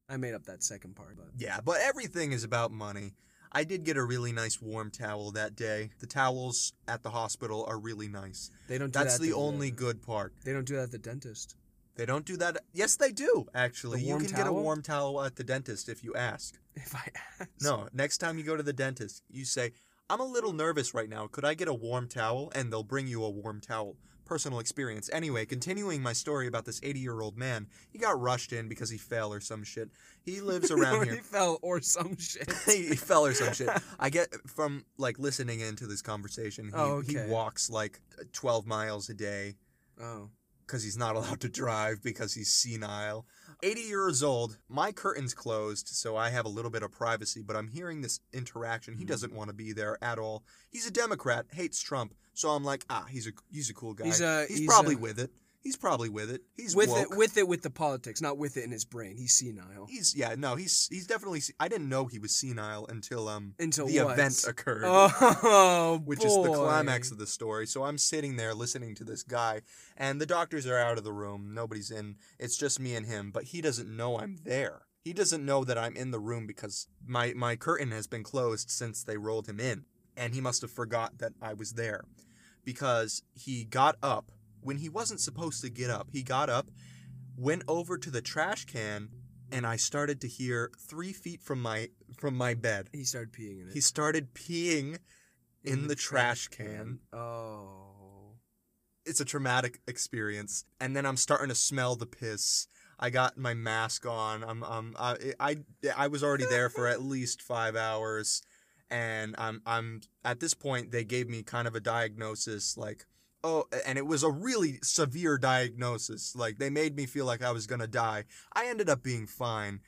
[SPEAKER 2] I made up that second part, but
[SPEAKER 3] Yeah, but everything is about money. I did get a really nice warm towel that day. The towels at the hospital are really nice.
[SPEAKER 2] they don't. Do
[SPEAKER 3] That's
[SPEAKER 2] that at
[SPEAKER 3] the only
[SPEAKER 2] uh,
[SPEAKER 3] good part.
[SPEAKER 2] They don't do that at the dentist.
[SPEAKER 3] They don't do that. Yes, they do, actually.
[SPEAKER 2] The
[SPEAKER 3] You
[SPEAKER 2] warm
[SPEAKER 3] can get a
[SPEAKER 2] towel?
[SPEAKER 3] warm towel at the dentist if you ask.
[SPEAKER 2] If I ask.
[SPEAKER 3] No, next time you go to the dentist, you say, I'm a little nervous right now. Could I get a warm towel? And they'll bring you a warm towel. Personal experience. Anyway, continuing my story about this 80 year old man, he got rushed in because he fell or some shit. He lives around
[SPEAKER 2] he
[SPEAKER 3] here.
[SPEAKER 2] fell or some shit.
[SPEAKER 3] he fell or some shit. I get from like listening into this conversation, he,
[SPEAKER 2] Oh,
[SPEAKER 3] he
[SPEAKER 2] okay.
[SPEAKER 3] walks like 12 miles a day
[SPEAKER 2] Oh,
[SPEAKER 3] because he's not allowed to drive because he's senile. 80 years old, my curtain's closed, so I have a little bit of privacy, but I'm hearing this interaction. He doesn't want to be there at all. He's a Democrat, hates Trump, so I'm like, ah, he's a he's a cool guy.
[SPEAKER 2] He's a- he's
[SPEAKER 3] probably
[SPEAKER 2] a-
[SPEAKER 3] with it. He's probably with it. He's
[SPEAKER 2] with
[SPEAKER 3] woke.
[SPEAKER 2] it, with it, with the politics, not with it in his brain. He's senile.
[SPEAKER 3] he's yeah, no, he's he's definitely. se- I didn't know he was senile until um
[SPEAKER 2] Until
[SPEAKER 3] the
[SPEAKER 2] what?
[SPEAKER 3] event occurred.
[SPEAKER 2] Oh,
[SPEAKER 3] which is the climax
[SPEAKER 2] boy.
[SPEAKER 3] of the story. So I'm sitting there listening to this guy, and the doctors are out of the room. Nobody's in. It's just me and him, but he doesn't know I'm there. He doesn't know that I'm in the room because my, my curtain has been closed since they rolled him in, and he must have forgot that I was there because he got up when he wasn't supposed to get up. He got up, went over to the trash can, and I started to hear three feet from my from my bed.
[SPEAKER 2] He started peeing in it.
[SPEAKER 3] He started peeing in, the, trash can.
[SPEAKER 2] Oh.
[SPEAKER 3] It's a traumatic experience. And then I'm starting to smell the piss. I got my mask on. I'm um I I, I was already there for at least 5 hours and I'm I'm at this point they gave me kind of a diagnosis like oh and it was a really severe diagnosis. Like they made me feel like I was going to die. I ended up being fine.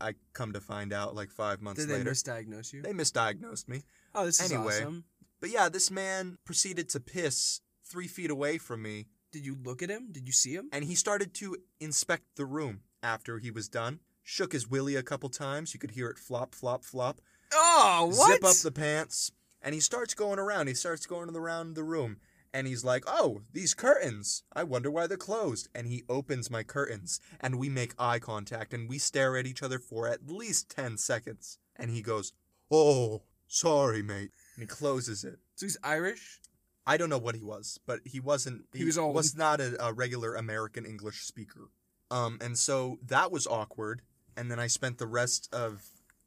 [SPEAKER 3] I come to find out like 5 months
[SPEAKER 2] Did they
[SPEAKER 3] later.
[SPEAKER 2] misdiagnose you?
[SPEAKER 3] they misdiagnosed me.
[SPEAKER 2] oh, this is
[SPEAKER 3] Anyway.
[SPEAKER 2] awesome.
[SPEAKER 3] But yeah, this man proceeded to piss three feet away from me,
[SPEAKER 2] Did you look at him? Did you see him?
[SPEAKER 3] and he started to inspect the room after he was done. Shook his willy a couple times. You could hear it flop, flop, flop.
[SPEAKER 2] Oh, what?
[SPEAKER 3] Zip up the pants. And he starts going around. He starts going around the room. And he's like, oh, these curtains. I wonder why they're closed. And he opens my curtains. And we make eye contact. And we stare at each other for at least 10 seconds. And he goes, oh, sorry, mate. And he closes it.
[SPEAKER 2] So he's Irish?
[SPEAKER 3] I don't know what he was, but he wasn't.
[SPEAKER 2] He was old.
[SPEAKER 3] not a, a regular American English speaker. Um, and so that was awkward. And then I spent the rest of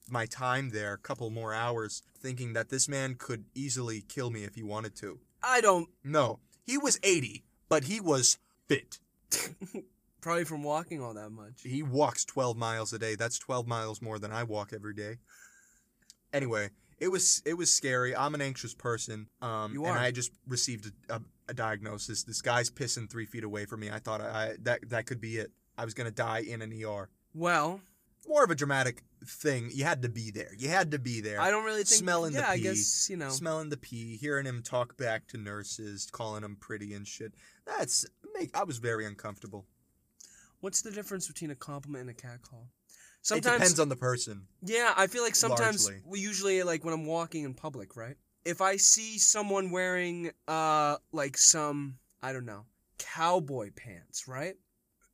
[SPEAKER 3] my time there, a couple more hours, thinking that this man could easily kill me if he wanted to.
[SPEAKER 2] I don't.
[SPEAKER 3] No, he was 80, but he was fit.
[SPEAKER 2] Probably from walking all that much.
[SPEAKER 3] He walks 12 miles a day. That's 12 miles more than I walk every day. Anyway, it was it was scary. I'm an anxious person. Um,
[SPEAKER 2] You
[SPEAKER 3] And
[SPEAKER 2] are.
[SPEAKER 3] I just received a, a, a diagnosis. This guy's pissing three feet away from me. I thought I, I that that could be it. I was gonna die in an ER.
[SPEAKER 2] Well,
[SPEAKER 3] More of a dramatic thing. You had to be there. You had to be there.
[SPEAKER 2] I don't really think.
[SPEAKER 3] Smelling the
[SPEAKER 2] yeah, I
[SPEAKER 3] pee.
[SPEAKER 2] guess, you know.
[SPEAKER 3] Smelling the pee, hearing him talk back to nurses, calling him pretty and shit. That's make. I was very uncomfortable.
[SPEAKER 2] what's the difference between a compliment and a catcall?
[SPEAKER 3] it
[SPEAKER 2] Sometimes
[SPEAKER 3] depends on the person.
[SPEAKER 2] Yeah, I feel like sometimes
[SPEAKER 3] Largely.
[SPEAKER 2] we usually like when I'm walking in public, right? If I see someone wearing uh like some I don't know, cowboy pants, right?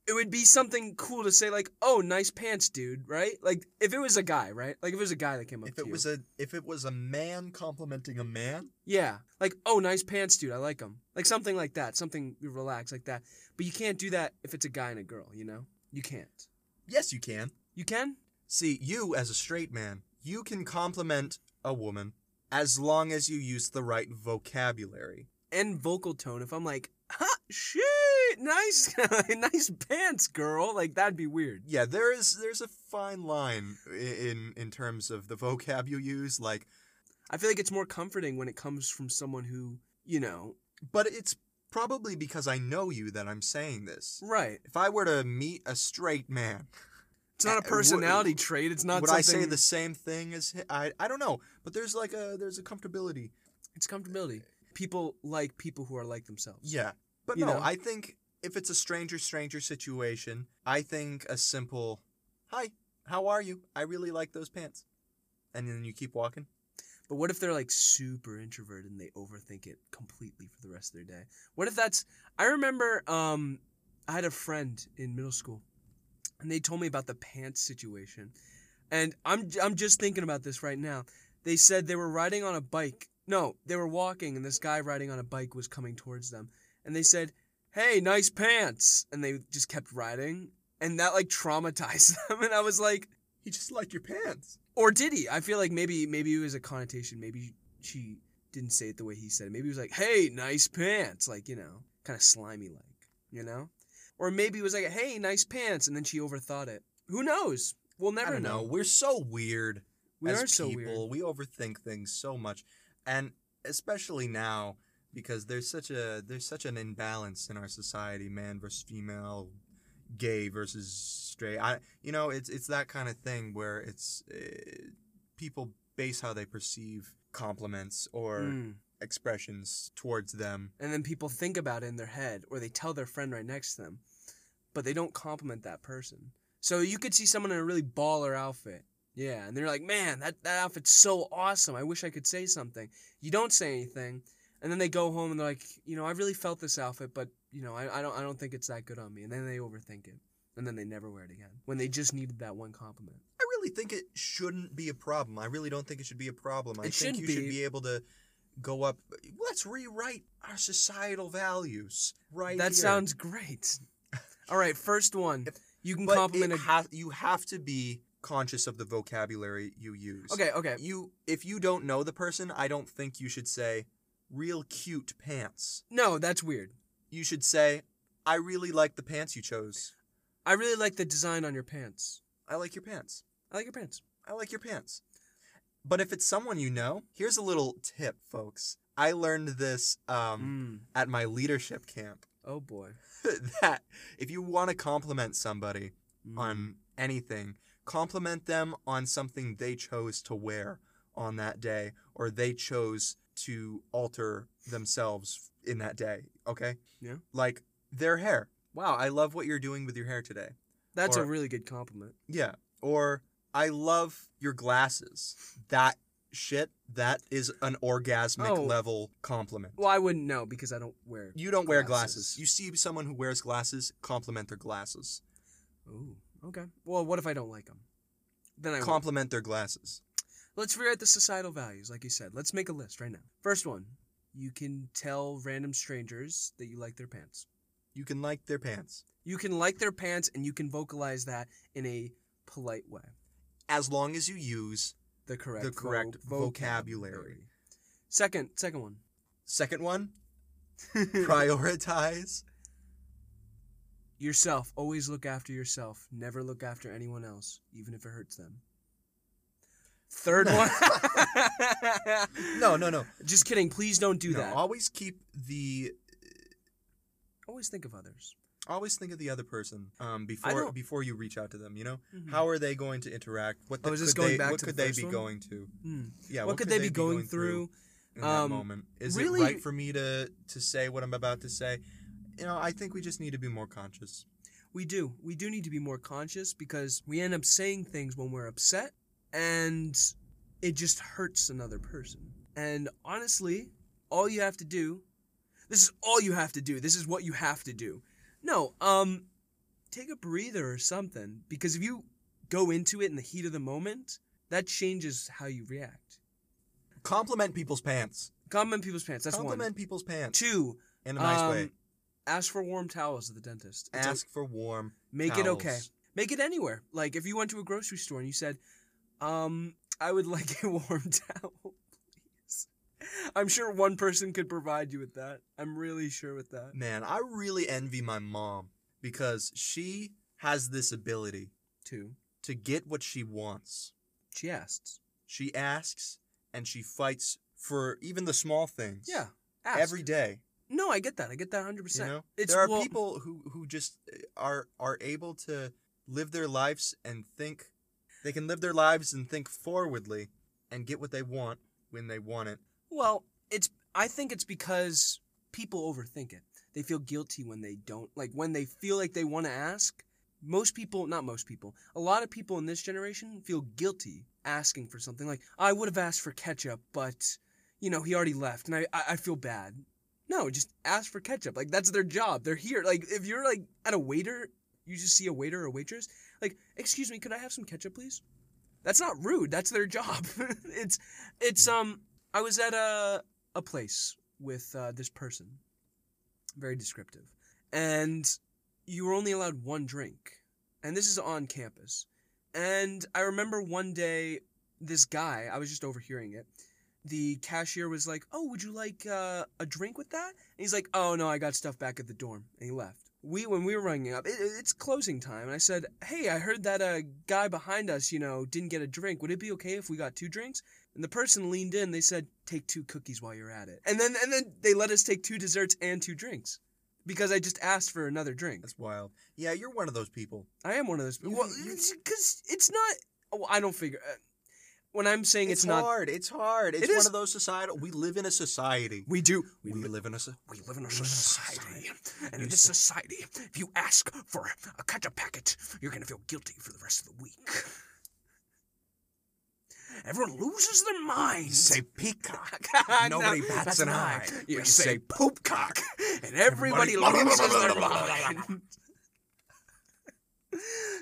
[SPEAKER 2] it would be something cool to say like, "Oh, nice pants, dude." Right? Like if it was a guy, right? Like if it was a guy that came up
[SPEAKER 3] If
[SPEAKER 2] to
[SPEAKER 3] it
[SPEAKER 2] you.
[SPEAKER 3] was a if it was a man complimenting a man,
[SPEAKER 2] yeah, like, "Oh, nice pants, dude. I like them." Like something like that, something relaxed like that. But you can't do that if it's a guy and a girl, you know? You can't.
[SPEAKER 3] yes, you can.
[SPEAKER 2] You can?
[SPEAKER 3] See, you as a straight man, you can compliment a woman as long as you use the right vocabulary.
[SPEAKER 2] And vocal tone if I'm like, "Ha, shit, nice nice pants, girl." Like that'd be weird.
[SPEAKER 3] Yeah, there is there's a fine line i- in in terms of the vocab you use, like,
[SPEAKER 2] I feel like it's more comforting when it comes from someone who, you know,
[SPEAKER 3] but it's probably because I know you that I'm saying this.
[SPEAKER 2] right.
[SPEAKER 3] If I were to meet a straight man,
[SPEAKER 2] It's not
[SPEAKER 3] Uh,
[SPEAKER 2] a
[SPEAKER 3] would-
[SPEAKER 2] personality trait. It's not
[SPEAKER 3] would
[SPEAKER 2] something
[SPEAKER 3] I say the same thing as hi- I? I don't know, but there's like a there's a comfortability.
[SPEAKER 2] It's comfortability. People like people who are like themselves.
[SPEAKER 3] Yeah. But
[SPEAKER 2] You
[SPEAKER 3] no,
[SPEAKER 2] know?
[SPEAKER 3] I think if it's a stranger stranger situation, I think a simple hi, how are you? I really like those pants. And then you keep walking.
[SPEAKER 2] But what if they're like super introverted and they overthink it completely for the rest of their day? What if that's I remember um I had a friend in middle school and they told me about the pants situation. And I'm I'm just thinking about this right now. They said they were riding on a bike. No, they were walking and this guy riding on a bike was coming towards them. And they said, "Hey, nice pants." And they just kept riding and that like traumatized them and I was like
[SPEAKER 3] He just liked your pants.
[SPEAKER 2] or did he? I feel like maybe maybe it was a connotation. Maybe she didn't say it the way he said it. Maybe he was like, "Hey, nice pants," like you know, kind of slimy like, you know. Or maybe it was like, "Hey, nice pants," and then she overthought it. Who knows? We'll
[SPEAKER 3] I
[SPEAKER 2] never
[SPEAKER 3] don't know. We're so weird
[SPEAKER 2] We
[SPEAKER 3] as
[SPEAKER 2] are so
[SPEAKER 3] people.
[SPEAKER 2] weird.
[SPEAKER 3] We overthink things so much. And especially now because there's such a there's such an imbalance in our society, man versus female, gay versus straight. I you know, it's it's that kind of thing where it's uh, people base how they perceive compliments or
[SPEAKER 2] Mm.
[SPEAKER 3] expressions towards them.
[SPEAKER 2] And then people think about it in their head, or they tell their friend right next to them, but they don't compliment that person. So you could see someone in a really baller outfit. Yeah, and they're like, man, that, that outfit's so awesome. I wish I could say something. You don't say anything. And then they go home and they're like, you know, I really felt this outfit, but you know, I, I don't I don't think it's that good on me. And then they overthink it. And then they never wear it again. When they just needed that one compliment.
[SPEAKER 3] I really think it shouldn't be a problem. I really don't think it should be a problem. I
[SPEAKER 2] It
[SPEAKER 3] think
[SPEAKER 2] shouldn't
[SPEAKER 3] you
[SPEAKER 2] be.
[SPEAKER 3] should be able to go up. Let's rewrite our societal values. Right.
[SPEAKER 2] that
[SPEAKER 3] here.
[SPEAKER 2] sounds great. All right, first one.
[SPEAKER 3] If-
[SPEAKER 2] You can
[SPEAKER 3] But
[SPEAKER 2] compliment
[SPEAKER 3] it
[SPEAKER 2] a
[SPEAKER 3] ha- you have to be conscious of the vocabulary you use.
[SPEAKER 2] Okay, okay.
[SPEAKER 3] You, if you don't know the person, I don't think you should say "real cute pants."
[SPEAKER 2] No, that's weird.
[SPEAKER 3] You should say, "I really like the pants you chose.
[SPEAKER 2] I really like the design on your pants.
[SPEAKER 3] I like your pants."
[SPEAKER 2] I like your pants.
[SPEAKER 3] I like your pants. But if it's someone you know, here's a little tip, folks. I learned this um, at my leadership camp
[SPEAKER 2] Mm. Oh boy.
[SPEAKER 3] that if you want to compliment somebody
[SPEAKER 2] Mm.
[SPEAKER 3] on anything, compliment them on something they chose to wear on that day or they chose to alter themselves in that day, okay?
[SPEAKER 2] Yeah.
[SPEAKER 3] Like their hair. Wow, I love what you're doing with your hair today.
[SPEAKER 2] That's a
[SPEAKER 3] or-
[SPEAKER 2] really good compliment.
[SPEAKER 3] Yeah. Or I love your glasses. That shit, that is an orgasmic
[SPEAKER 2] Oh.
[SPEAKER 3] level compliment.
[SPEAKER 2] Well, I wouldn't know because I don't wear.
[SPEAKER 3] You don't wear
[SPEAKER 2] Glasses.
[SPEAKER 3] glasses. You see someone who wears glasses, compliment their glasses.
[SPEAKER 2] Ooh. Okay. Well, what if I don't like them? Then I won't.
[SPEAKER 3] Compliment their glasses.
[SPEAKER 2] Let's figure out the societal values, like you said. Let's make a list right now. First one: you can tell random strangers that you like their pants.
[SPEAKER 3] You can like their pants.
[SPEAKER 2] You can like their pants, and you can vocalize that in a polite way.
[SPEAKER 3] As long as you use
[SPEAKER 2] The correct.
[SPEAKER 3] The correct vocabulary.
[SPEAKER 2] Second, second one.
[SPEAKER 3] second one, prioritize.
[SPEAKER 2] Yourself. Always look after yourself. Never look after anyone else, even if it hurts them. Third one.
[SPEAKER 3] No, no, no.
[SPEAKER 2] Just kidding. Please don't do
[SPEAKER 3] No,
[SPEAKER 2] that.
[SPEAKER 3] Always keep the
[SPEAKER 2] Always think of others.
[SPEAKER 3] always think of the other person um, before
[SPEAKER 2] don't-
[SPEAKER 3] before you reach out to them, you know?
[SPEAKER 2] Mhm.
[SPEAKER 3] How are they going to interact? What, the,
[SPEAKER 2] Oh, is this
[SPEAKER 3] could
[SPEAKER 2] going
[SPEAKER 3] they,
[SPEAKER 2] back
[SPEAKER 3] what
[SPEAKER 2] to the
[SPEAKER 3] could they
[SPEAKER 2] first
[SPEAKER 3] be
[SPEAKER 2] one?
[SPEAKER 3] going to?
[SPEAKER 2] Hmm.
[SPEAKER 3] Yeah,
[SPEAKER 2] what, could they, be going, through?
[SPEAKER 3] in that
[SPEAKER 2] Um,
[SPEAKER 3] moment? Is
[SPEAKER 2] really-
[SPEAKER 3] it right for me to to say what I'm about to say? You know, I think we just need to be more conscious.
[SPEAKER 2] We do. We do need to be more conscious because we end up saying things when we're upset and it just hurts another person. And honestly, all you have to do this is all you have to do. This is what you have to do. No, um take a breather or something because if you go into it in the heat of the moment, that changes how you react.
[SPEAKER 3] Compliment people's pants.
[SPEAKER 2] Compliment people's pants. That's
[SPEAKER 3] Compliment
[SPEAKER 2] one.
[SPEAKER 3] people's pants
[SPEAKER 2] Two.
[SPEAKER 3] in a nice
[SPEAKER 2] um,
[SPEAKER 3] way.
[SPEAKER 2] Ask for warm towels at the dentist. It's o-
[SPEAKER 3] Ask for warm.
[SPEAKER 2] make it okay.
[SPEAKER 3] towels.
[SPEAKER 2] Make it anywhere. Like if you went to a grocery store and you said, um, "I would like a warm towel, please." I'm sure one person could provide you with that. I'm really sure with that.
[SPEAKER 3] Man, I really envy my mom because she has this ability
[SPEAKER 2] Two.
[SPEAKER 3] to get what she wants.
[SPEAKER 2] She asks.
[SPEAKER 3] She asks and she fights for even the small things.
[SPEAKER 2] Yeah. Ask.
[SPEAKER 3] Every day.
[SPEAKER 2] No, I get that. I get that 100.
[SPEAKER 3] You
[SPEAKER 2] percent
[SPEAKER 3] know?
[SPEAKER 2] It's-
[SPEAKER 3] there are
[SPEAKER 2] well-
[SPEAKER 3] people who, who just uh, are are able to live their lives and think they can live their lives and think forwardly and get what they want when they want it.
[SPEAKER 2] Well, it's I think it's because people overthink it. They feel guilty when they don't like when they feel like they want to ask. Most people, not most people, a lot of people in this generation feel guilty asking for something like I would have asked for ketchup, but you know he already left, and I I, I feel bad. No, just ask for ketchup. Like that's their job. They're here. Like if you're like at a waiter, you just see a waiter or waitress, like excuse me, could I have some ketchup, please? That's not rude. That's their job. it's it's um I was at a a place with uh, this person, very descriptive, and you were only allowed one drink, and this is on campus. And I remember one day, this guy, I was just overhearing it. The cashier was like, "Oh, would you like uh, a drink with that?" And he's like, "Oh no, I got stuff back at the dorm," and he left. We when we were running up, it, it- it's closing time, and I said, "Hey, I heard that a guy behind us, you know, didn't get a drink. Would it be okay if we got two drinks?" And the person leaned in. They said, "Take two cookies while you're at it." And then and then they let us take two desserts and two drinks because I just asked for another drink.
[SPEAKER 3] That's wild. Yeah, you're one of those people.
[SPEAKER 2] I am one of those.
[SPEAKER 3] You-
[SPEAKER 2] Well,
[SPEAKER 3] you-
[SPEAKER 2] because it's not. Oh, I don't figure. Uh, when I'm saying it's,
[SPEAKER 3] It's,
[SPEAKER 2] not,
[SPEAKER 3] hard. It's hard. It's
[SPEAKER 2] It
[SPEAKER 3] one
[SPEAKER 2] is-
[SPEAKER 3] of those societal. We live in a society.
[SPEAKER 2] we do.
[SPEAKER 3] We, live in a. so-
[SPEAKER 2] we live in a
[SPEAKER 3] in a
[SPEAKER 2] society. And in
[SPEAKER 3] You
[SPEAKER 2] this society, if you ask for a ketchup packet, you're going to feel guilty for the rest of the week. Everyone loses their mind.
[SPEAKER 3] peacock.
[SPEAKER 2] No,
[SPEAKER 3] nobody bats
[SPEAKER 2] that's
[SPEAKER 3] an
[SPEAKER 2] not.
[SPEAKER 3] eye.
[SPEAKER 2] You,
[SPEAKER 3] We
[SPEAKER 2] say
[SPEAKER 3] say
[SPEAKER 2] poop cock, and everybody
[SPEAKER 3] Everybody-
[SPEAKER 2] loses their mind.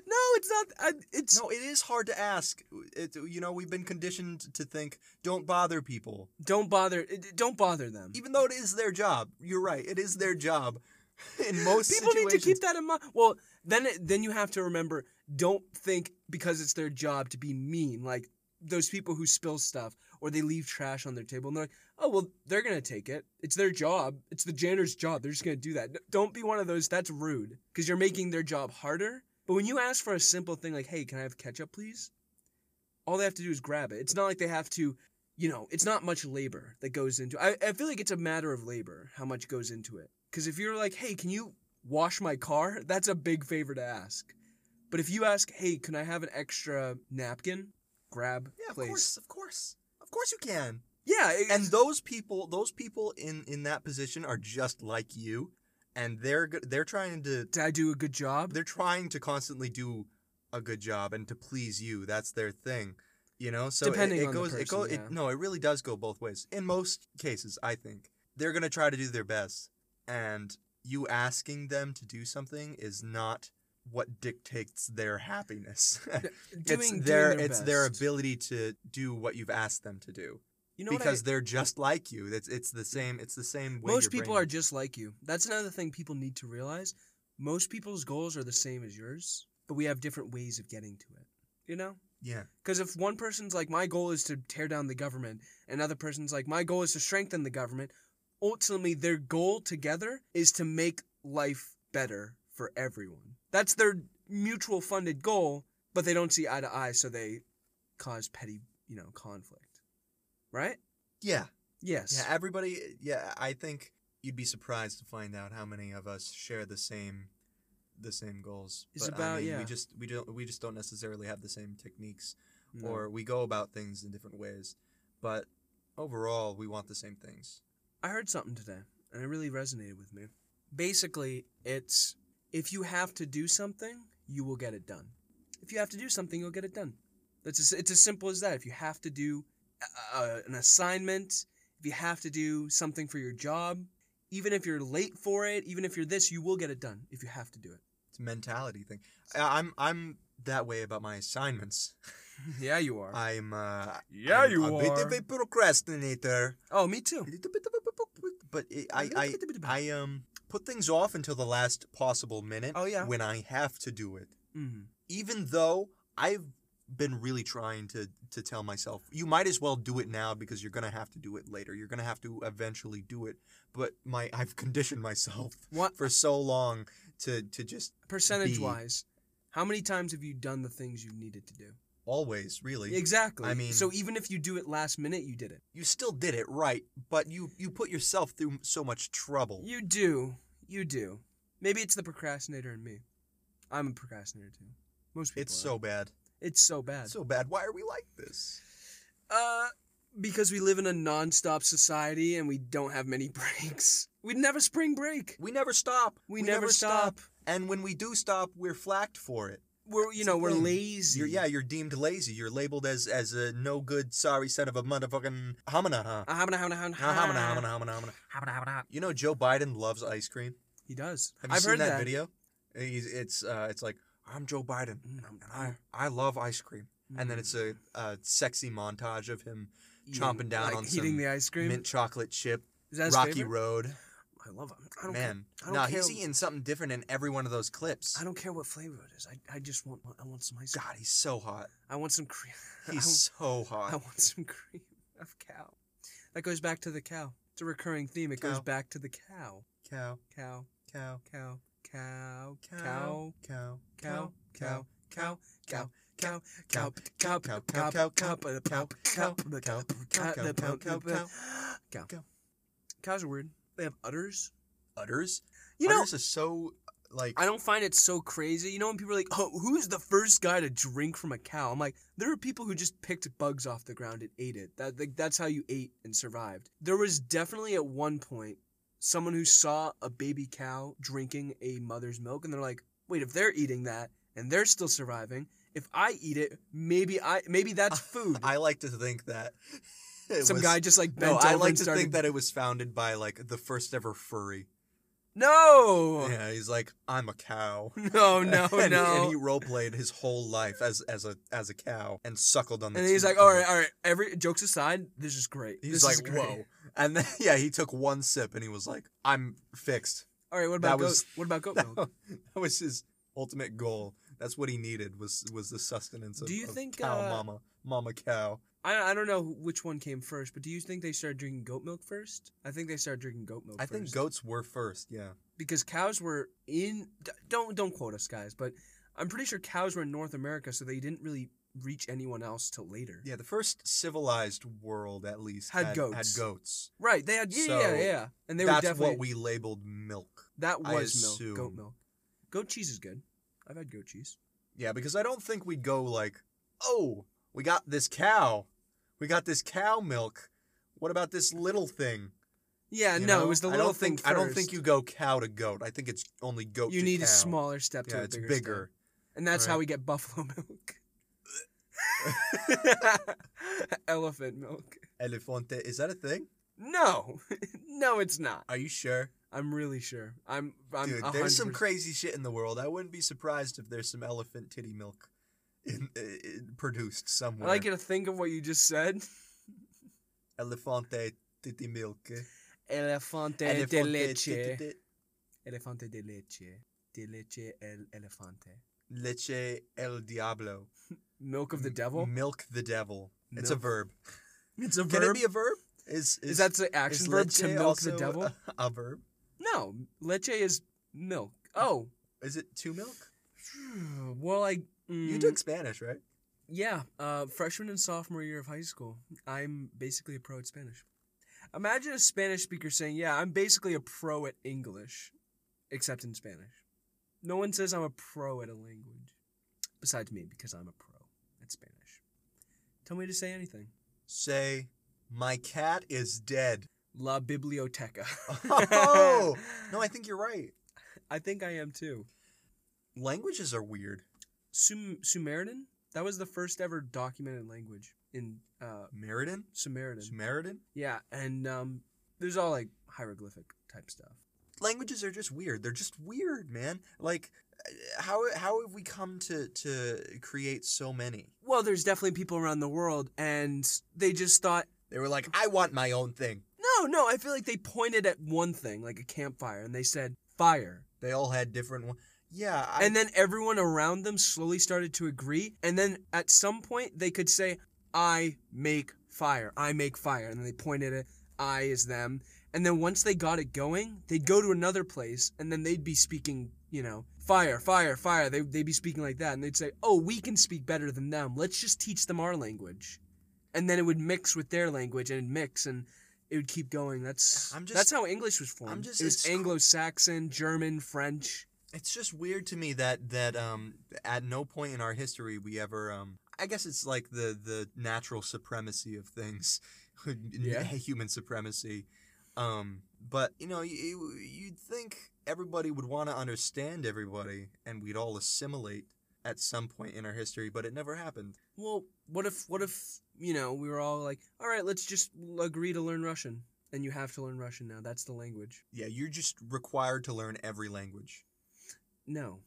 [SPEAKER 2] No, it's not. I, it's
[SPEAKER 3] No, it is hard to ask. It, you know, we've been conditioned to think don't bother people,
[SPEAKER 2] don't bother. it- Don't bother them.
[SPEAKER 3] even though it is their job. You're right. It is their job. In most
[SPEAKER 2] People need to
[SPEAKER 3] situations,
[SPEAKER 2] keep that in mind. Well, then it- then you have to remember don't think because it's their job to be mean like those people who spill stuff or they leave trash on their table and they're like, "Oh, well, they're going to take it. It's their job. It's the janitor's job. They're just going to do that." Don't be one of those that's rude because you're making their job harder. But when you ask for a simple thing like, "Hey, can I have ketchup, please?" All they have to do is grab it. It's not like they have to you know, it's not much labor that goes into I, I feel like it's a matter of labor, how much goes into it. Because if you're like, hey, can you wash my car? That's a big favor to ask. But if you ask, hey, can I have an extra napkin? Grab,
[SPEAKER 3] yeah, of
[SPEAKER 2] place.
[SPEAKER 3] course, of course, of course, you can.
[SPEAKER 2] Yeah. it-
[SPEAKER 3] And those people, those people in in that position are just like you, and they're go- they're trying to
[SPEAKER 2] did I do a good job?
[SPEAKER 3] they're trying to constantly do a good job and to please you. That's their thing. You know, so it-
[SPEAKER 2] Depending
[SPEAKER 3] it,
[SPEAKER 2] on the
[SPEAKER 3] goes it
[SPEAKER 2] person,
[SPEAKER 3] goes
[SPEAKER 2] yeah.
[SPEAKER 3] it, no, it really does go both ways. In most cases, I think. They're going to try to do their best and you asking them to do something is not what dictates their happiness. it's
[SPEAKER 2] doing
[SPEAKER 3] their,
[SPEAKER 2] their
[SPEAKER 3] it's their
[SPEAKER 2] best.
[SPEAKER 3] ability to do what you've asked them to do
[SPEAKER 2] You know
[SPEAKER 3] because
[SPEAKER 2] what? I-
[SPEAKER 3] they're just like you. It's it's the same it's the same way
[SPEAKER 2] most people are just like you. That's another thing people need to realize. Most people's goals are the same as yours, but we have different ways of getting to it. You know?
[SPEAKER 3] yeah.
[SPEAKER 2] Because if one person's like, my goal is to tear down the government, another person's like, my goal is to strengthen the government, ultimately their goal together is to make life better for everyone. That's their mutual funded goal, but they don't see eye to eye, so they cause petty, you know, conflict. Right?
[SPEAKER 3] Yeah.
[SPEAKER 2] Yes.
[SPEAKER 3] Yeah, everybody. Yeah, I think you'd be surprised to find out how many of us share the same, the same goals.
[SPEAKER 2] It's
[SPEAKER 3] but,
[SPEAKER 2] about-
[SPEAKER 3] I mean,
[SPEAKER 2] yeah.
[SPEAKER 3] We just we don't we just don't necessarily have the same techniques,
[SPEAKER 2] No.
[SPEAKER 3] or we go about things in different ways. But overall, we want the same things.
[SPEAKER 2] I heard something today and it really resonated with me. Basically, it's if you have to do something, you will get it done. If you have to do something, you'll get it done. That's as, it's as simple as that. If you have to do a- a, an assignment, if you have to do something for your job, even if you're late for it, even if you're this, you will get it done if you have to do it.
[SPEAKER 3] It's a mentality thing. I, I'm I'm that way about my assignments.
[SPEAKER 2] Yeah, you are.
[SPEAKER 3] I'm uh,
[SPEAKER 2] yeah,
[SPEAKER 3] I'm a bit of a procrastinator.
[SPEAKER 2] Oh, me too.
[SPEAKER 3] A little bit of a- But it, I I I um put things off until the last possible minute.
[SPEAKER 2] Oh, yeah.
[SPEAKER 3] When I have to do it,
[SPEAKER 2] Mhm.
[SPEAKER 3] even though I've been really trying to to tell myself you might as well do it now because you're gonna have to do it later. You're gonna have to eventually do it. But my I've conditioned myself
[SPEAKER 2] What
[SPEAKER 3] for so long to to just
[SPEAKER 2] percentage
[SPEAKER 3] be-
[SPEAKER 2] wise? How many times have you done the things you needed to do?
[SPEAKER 3] always really
[SPEAKER 2] Exactly.
[SPEAKER 3] I mean-
[SPEAKER 2] so even if you do it last minute, you did it.
[SPEAKER 3] you still did it right, but you you put yourself through so much trouble.
[SPEAKER 2] You do. You do. Maybe it's the procrastinator in me. I'm a procrastinator too. Most people.
[SPEAKER 3] It's
[SPEAKER 2] are.
[SPEAKER 3] so bad.
[SPEAKER 2] It's so bad.
[SPEAKER 3] So bad. Why are we like this?
[SPEAKER 2] Uh, because we live in a nonstop society and we don't have many breaks. We'd never spring break.
[SPEAKER 3] We never stop.
[SPEAKER 2] We, never, stop.
[SPEAKER 3] And when we do stop, we're flacked for it.
[SPEAKER 2] We're you
[SPEAKER 3] It's
[SPEAKER 2] know
[SPEAKER 3] a
[SPEAKER 2] we're
[SPEAKER 3] thing.
[SPEAKER 2] lazy.
[SPEAKER 3] You're, yeah, you're deemed lazy. You're labeled as as a no good, sorry son of a motherfucking hamana. huh?
[SPEAKER 2] Ah, hamana, hamana, hamana,
[SPEAKER 3] Ah, hamana,
[SPEAKER 2] hamana.
[SPEAKER 3] hamana, hamana, hamana. You know Joe Biden loves ice cream.
[SPEAKER 2] He does.
[SPEAKER 3] Have you
[SPEAKER 2] I've
[SPEAKER 3] seen
[SPEAKER 2] heard
[SPEAKER 3] that, video? He's, it's uh, it's like I'm Joe Biden.
[SPEAKER 2] Mm, I'm-
[SPEAKER 3] and I I love ice cream. And then it's a, a sexy montage of him
[SPEAKER 2] Eating-
[SPEAKER 3] chomping down
[SPEAKER 2] like,
[SPEAKER 3] on
[SPEAKER 2] eating
[SPEAKER 3] some
[SPEAKER 2] the ice cream.
[SPEAKER 3] mint chocolate chip,
[SPEAKER 2] Is that his
[SPEAKER 3] Rocky
[SPEAKER 2] favorite?
[SPEAKER 3] Road.
[SPEAKER 2] I love him. I don't
[SPEAKER 3] Man,
[SPEAKER 2] Care. I
[SPEAKER 3] no,
[SPEAKER 2] don't care.
[SPEAKER 3] he's eating something different in every one of those clips.
[SPEAKER 2] I don't care what flavor it is. I, I just want I want some ice cream.
[SPEAKER 3] God, he's so hot.
[SPEAKER 2] I want some cream. I want-
[SPEAKER 3] He's so
[SPEAKER 2] I
[SPEAKER 3] hot.
[SPEAKER 2] want some cream of cow. That goes back to the cow. It's a recurring theme. It goes
[SPEAKER 3] Cow.
[SPEAKER 2] back to the cow.
[SPEAKER 3] Cow,
[SPEAKER 2] Cow,
[SPEAKER 3] cow,
[SPEAKER 2] cow, cow,
[SPEAKER 3] cow,
[SPEAKER 2] cow,
[SPEAKER 3] cow,
[SPEAKER 2] cow, cow, cow, cow, cow, cow,
[SPEAKER 3] cow,
[SPEAKER 2] cow, cow, cow,
[SPEAKER 3] cow,
[SPEAKER 2] cow,
[SPEAKER 3] cow, cow,
[SPEAKER 2] cow, cow, cow,
[SPEAKER 3] cow, cow, cow, cow, cow.
[SPEAKER 2] cow.
[SPEAKER 3] cow.
[SPEAKER 2] Cows are weird. They have udders.
[SPEAKER 3] Udders.
[SPEAKER 2] You know,
[SPEAKER 3] udders is so like
[SPEAKER 2] I don't find it so crazy. You know, when people are like, "Oh, who's the first guy to drink from a cow?" I'm like, there are people who just picked bugs off the ground and ate it. That like, that's how you ate and survived. There was definitely at one point someone who saw a baby cow drinking a mother's milk, and they're like, "Wait, if they're eating that and they're still surviving, if I eat it, maybe I maybe that's food."
[SPEAKER 3] I like to think that it
[SPEAKER 2] Some
[SPEAKER 3] was-
[SPEAKER 2] guy just like bent
[SPEAKER 3] No,
[SPEAKER 2] over
[SPEAKER 3] I like
[SPEAKER 2] and
[SPEAKER 3] to
[SPEAKER 2] started.
[SPEAKER 3] think that it was founded by like the first ever furry.
[SPEAKER 2] No,
[SPEAKER 3] Yeah, he's like, I'm a cow.
[SPEAKER 2] no, Oh, no,
[SPEAKER 3] and, he- and
[SPEAKER 2] no.
[SPEAKER 3] he role played his whole life as as a as a cow and suckled on the.
[SPEAKER 2] And he's
[SPEAKER 3] teat
[SPEAKER 2] like,
[SPEAKER 3] of
[SPEAKER 2] all
[SPEAKER 3] it."
[SPEAKER 2] right, all right. Every jokes aside, this is great.
[SPEAKER 3] He's
[SPEAKER 2] This is
[SPEAKER 3] like,
[SPEAKER 2] great."
[SPEAKER 3] whoa. And then, yeah, he took one sip and he was like, I'm fixed.
[SPEAKER 2] All right, what
[SPEAKER 3] That
[SPEAKER 2] about
[SPEAKER 3] was-
[SPEAKER 2] goat? What about goat
[SPEAKER 3] That
[SPEAKER 2] milk?
[SPEAKER 3] wa- that was his ultimate goal. That's what he needed was was the sustenance of,
[SPEAKER 2] Do you
[SPEAKER 3] of
[SPEAKER 2] think,
[SPEAKER 3] cow
[SPEAKER 2] uh,
[SPEAKER 3] mama, mama cow.
[SPEAKER 2] I, I don't know which one came first, but do you think they started drinking goat milk first? I think they started drinking goat milk.
[SPEAKER 3] I
[SPEAKER 2] first.
[SPEAKER 3] think goats were first, yeah.
[SPEAKER 2] because cows were in. d- Don't don't quote us, guys, but I'm pretty sure cows were in North America, so they didn't really reach anyone else till later.
[SPEAKER 3] Yeah, the first civilized world at least
[SPEAKER 2] Had
[SPEAKER 3] had,
[SPEAKER 2] goats.
[SPEAKER 3] Had goats.
[SPEAKER 2] Right. They had yeah yeah
[SPEAKER 3] So,
[SPEAKER 2] yeah, and they
[SPEAKER 3] That's
[SPEAKER 2] were definitely
[SPEAKER 3] what we labeled milk.
[SPEAKER 2] that
[SPEAKER 3] I
[SPEAKER 2] was milk goat
[SPEAKER 3] assume.
[SPEAKER 2] milk. Goat cheese is good. I've had goat cheese.
[SPEAKER 3] Yeah, because I don't think we'd go like, oh, we got this cow. We got this cow milk. What about this little thing?
[SPEAKER 2] Yeah,
[SPEAKER 3] You
[SPEAKER 2] no,
[SPEAKER 3] know?
[SPEAKER 2] it was the
[SPEAKER 3] I
[SPEAKER 2] little
[SPEAKER 3] don't
[SPEAKER 2] thing.
[SPEAKER 3] think, I don't think
[SPEAKER 2] first.
[SPEAKER 3] you go cow to goat. I think it's only goat
[SPEAKER 2] You
[SPEAKER 3] to
[SPEAKER 2] need
[SPEAKER 3] cow.
[SPEAKER 2] a smaller step to
[SPEAKER 3] Yeah,
[SPEAKER 2] a
[SPEAKER 3] it's
[SPEAKER 2] bigger.
[SPEAKER 3] bigger.
[SPEAKER 2] step. And that's how
[SPEAKER 3] Right.
[SPEAKER 2] we get buffalo milk. Elephant milk.
[SPEAKER 3] Elefante, is that a thing?
[SPEAKER 2] No, no, it's not.
[SPEAKER 3] Are you sure?
[SPEAKER 2] I'm really sure. I'm. I'm
[SPEAKER 3] Dude,
[SPEAKER 2] 100%.
[SPEAKER 3] there's some crazy shit in the world. I wouldn't be surprised if there's some elephant titty milk in, uh, uh, produced
[SPEAKER 2] I
[SPEAKER 3] somewhere.
[SPEAKER 2] like you to think of what you just said.
[SPEAKER 3] Elefante titty milk. eh?
[SPEAKER 2] Elefante, de
[SPEAKER 3] Elefante
[SPEAKER 2] leche.
[SPEAKER 3] titty tit-
[SPEAKER 2] Elefante de leche. De leche el elefante.
[SPEAKER 3] Leche el diablo.
[SPEAKER 2] Milk of the
[SPEAKER 3] M-
[SPEAKER 2] devil.
[SPEAKER 3] Milk the devil. It's a
[SPEAKER 2] Milk.
[SPEAKER 3] verb.
[SPEAKER 2] It's a
[SPEAKER 3] Can it
[SPEAKER 2] verb.
[SPEAKER 3] be a verb? Is
[SPEAKER 2] is, that the action
[SPEAKER 3] is
[SPEAKER 2] verb to
[SPEAKER 3] leche
[SPEAKER 2] milk the
[SPEAKER 3] also
[SPEAKER 2] devil?
[SPEAKER 3] A, a verb.
[SPEAKER 2] No, leche is milk. Oh,
[SPEAKER 3] Is it to milk?
[SPEAKER 2] well, I.
[SPEAKER 3] You
[SPEAKER 2] mm,
[SPEAKER 3] took Spanish, right?
[SPEAKER 2] Yeah, uh, freshman and sophomore year of high school, I'm basically a pro at Spanish. Imagine a Spanish speaker saying, "Yeah, I'm basically a pro at English, except in Spanish." No one says I'm a pro at a language, besides me, because I'm a pro at Spanish. Tell me to say anything.
[SPEAKER 3] Say, my cat is dead.
[SPEAKER 2] La biblioteca.
[SPEAKER 3] Oh, No, I think you're right.
[SPEAKER 2] I think I am too.
[SPEAKER 3] Languages are weird.
[SPEAKER 2] Sum- Sumerian. That was the first ever documented language in uh,
[SPEAKER 3] Meriden?
[SPEAKER 2] Sumerian.
[SPEAKER 3] Samaritan?
[SPEAKER 2] Yeah, and um, there's all like hieroglyphic type stuff.
[SPEAKER 3] Languages are just weird. They're just weird, man. Like, uh, how how have we come to to create so many?
[SPEAKER 2] Well, there's definitely people around the world, and they just thought,
[SPEAKER 3] They were like, I want my own thing.
[SPEAKER 2] no, no. I feel like they pointed at one thing, like a campfire, and they said fire.
[SPEAKER 3] They all had different one. Yeah, I,
[SPEAKER 2] And then everyone around them slowly started to agree. And then at some point, they could say, I make fire. I make fire. And then they pointed at I as them. And then once they got it going, they'd go to another place and then they'd be speaking, you know, fire, fire, fire. They, they'd be speaking like that. And they'd say, oh, we can speak better than them. Let's just teach them our language. And then it would mix with their language and it'd mix and it would keep going. That's
[SPEAKER 3] I'm just-
[SPEAKER 2] that's how English was formed.
[SPEAKER 3] just-
[SPEAKER 2] it was
[SPEAKER 3] it's cr-
[SPEAKER 2] Anglo-Saxon, German, French.
[SPEAKER 3] it's just weird to me that that um at no point in our history we ever um I guess it's like the the natural supremacy of things,
[SPEAKER 2] Yeah.
[SPEAKER 3] human supremacy. Um, but you know, you, you'd think everybody would want to understand everybody, and we'd all assimilate at some point in our history, but it never happened.
[SPEAKER 2] well, what if what if you know we were all like, all right, let's just l- agree to learn Russian, and you have to learn Russian now. That's the language.
[SPEAKER 3] Yeah, you're just required to learn every language.
[SPEAKER 2] No,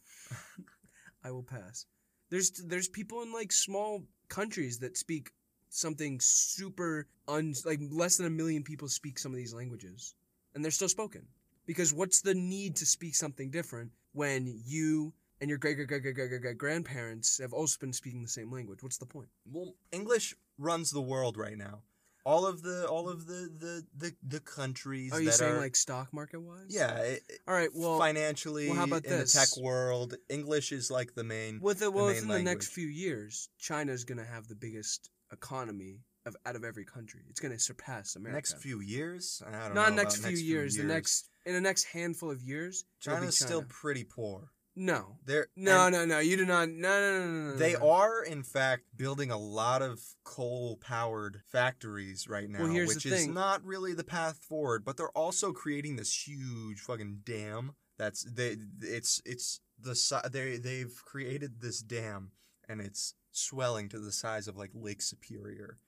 [SPEAKER 2] I will pass. There's there's people in like small countries that speak something super un like less than a million people speak some of these languages, and they're still spoken. Because what's the need to speak something different when you and your great great great great great great- great grandparents have also been speaking the same language? What's the point?
[SPEAKER 3] well english runs the world right now all of the all of the the the, the countries
[SPEAKER 2] Are you
[SPEAKER 3] that
[SPEAKER 2] saying
[SPEAKER 3] are
[SPEAKER 2] like stock market wise?
[SPEAKER 3] yeah it,
[SPEAKER 2] All right. Well,
[SPEAKER 3] financially
[SPEAKER 2] well, how about
[SPEAKER 3] in the
[SPEAKER 2] this?
[SPEAKER 3] tech world english is like the main
[SPEAKER 2] With the, well,
[SPEAKER 3] main
[SPEAKER 2] within the next
[SPEAKER 3] language.
[SPEAKER 2] few years, China's going to have the biggest economy of out of every country. It's going to surpass America.
[SPEAKER 3] next few years i don't
[SPEAKER 2] not
[SPEAKER 3] know
[SPEAKER 2] next
[SPEAKER 3] about
[SPEAKER 2] few years, The next in the next handful of years, it'll be
[SPEAKER 3] china's still
[SPEAKER 2] China.
[SPEAKER 3] pretty poor
[SPEAKER 2] no,
[SPEAKER 3] they're
[SPEAKER 2] no,
[SPEAKER 3] and
[SPEAKER 2] no, no. You do not. No, no, no, no, no.
[SPEAKER 3] they
[SPEAKER 2] no.
[SPEAKER 3] are in fact building a lot of coal powered factories right now
[SPEAKER 2] Well, here's the
[SPEAKER 3] which is
[SPEAKER 2] thing.
[SPEAKER 3] not really the path forward but they're also creating this huge fucking dam that's they it's it's the si- they they've created this dam and it's swelling to the size of like lake superior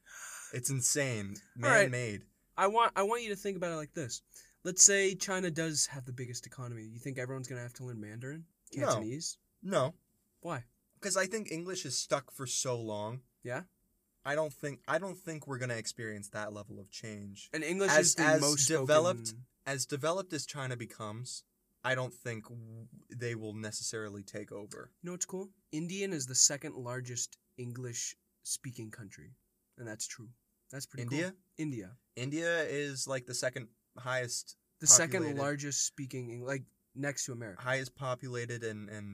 [SPEAKER 3] it's insane
[SPEAKER 2] All right.
[SPEAKER 3] man made
[SPEAKER 2] I want. I want you to think about it like this. Let's say China does have the biggest economy. You think everyone's going to have to learn Mandarin,
[SPEAKER 3] No.
[SPEAKER 2] Cantonese?
[SPEAKER 3] no
[SPEAKER 2] Why?
[SPEAKER 3] because i think english is stuck for so long
[SPEAKER 2] Yeah.
[SPEAKER 3] i don't think i don't think we're going to experience that level of change
[SPEAKER 2] And English
[SPEAKER 3] As-
[SPEAKER 2] is the
[SPEAKER 3] as
[SPEAKER 2] most
[SPEAKER 3] developed-
[SPEAKER 2] spoken-
[SPEAKER 3] as developed as China becomes, I don't think w- they will necessarily take over.
[SPEAKER 2] You know what's cool? Indian is the second largest English speaking country. And that's true. That's pretty
[SPEAKER 3] India?
[SPEAKER 2] cool. India.
[SPEAKER 3] India is like the second highest
[SPEAKER 2] The second
[SPEAKER 3] Populated.
[SPEAKER 2] largest speaking Eng- like next to America.
[SPEAKER 3] highest populated and and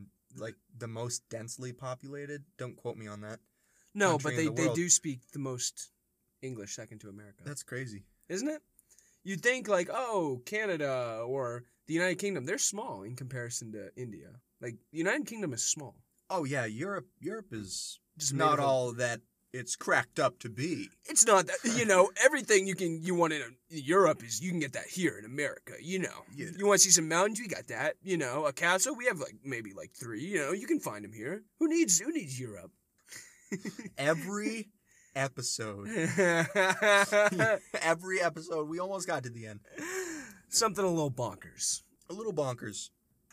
[SPEAKER 3] like the most densely populated. Don't quote me on that.
[SPEAKER 2] No,
[SPEAKER 3] country
[SPEAKER 2] but
[SPEAKER 3] in
[SPEAKER 2] they,
[SPEAKER 3] the
[SPEAKER 2] they
[SPEAKER 3] world.
[SPEAKER 2] do speak the most English second to America.
[SPEAKER 3] That's crazy.
[SPEAKER 2] Isn't it? You'd think like, oh, Canada or the United Kingdom, they're small in comparison to India. Like the United Kingdom is small.
[SPEAKER 3] Oh yeah, Europe Europe is
[SPEAKER 2] Just made
[SPEAKER 3] not
[SPEAKER 2] up of-
[SPEAKER 3] all that it's cracked up to be.
[SPEAKER 2] it's not that you know everything you can you want in Europe is you can get that here in America. You know,
[SPEAKER 3] Yeah.
[SPEAKER 2] you want to see some mountains, we got that. You know, a castle, we have like maybe like three. You know, you can find them here. Who needs who needs Europe?
[SPEAKER 3] Every episode, every episode, we almost got to the end.
[SPEAKER 2] Something a little bonkers.
[SPEAKER 3] A little bonkers.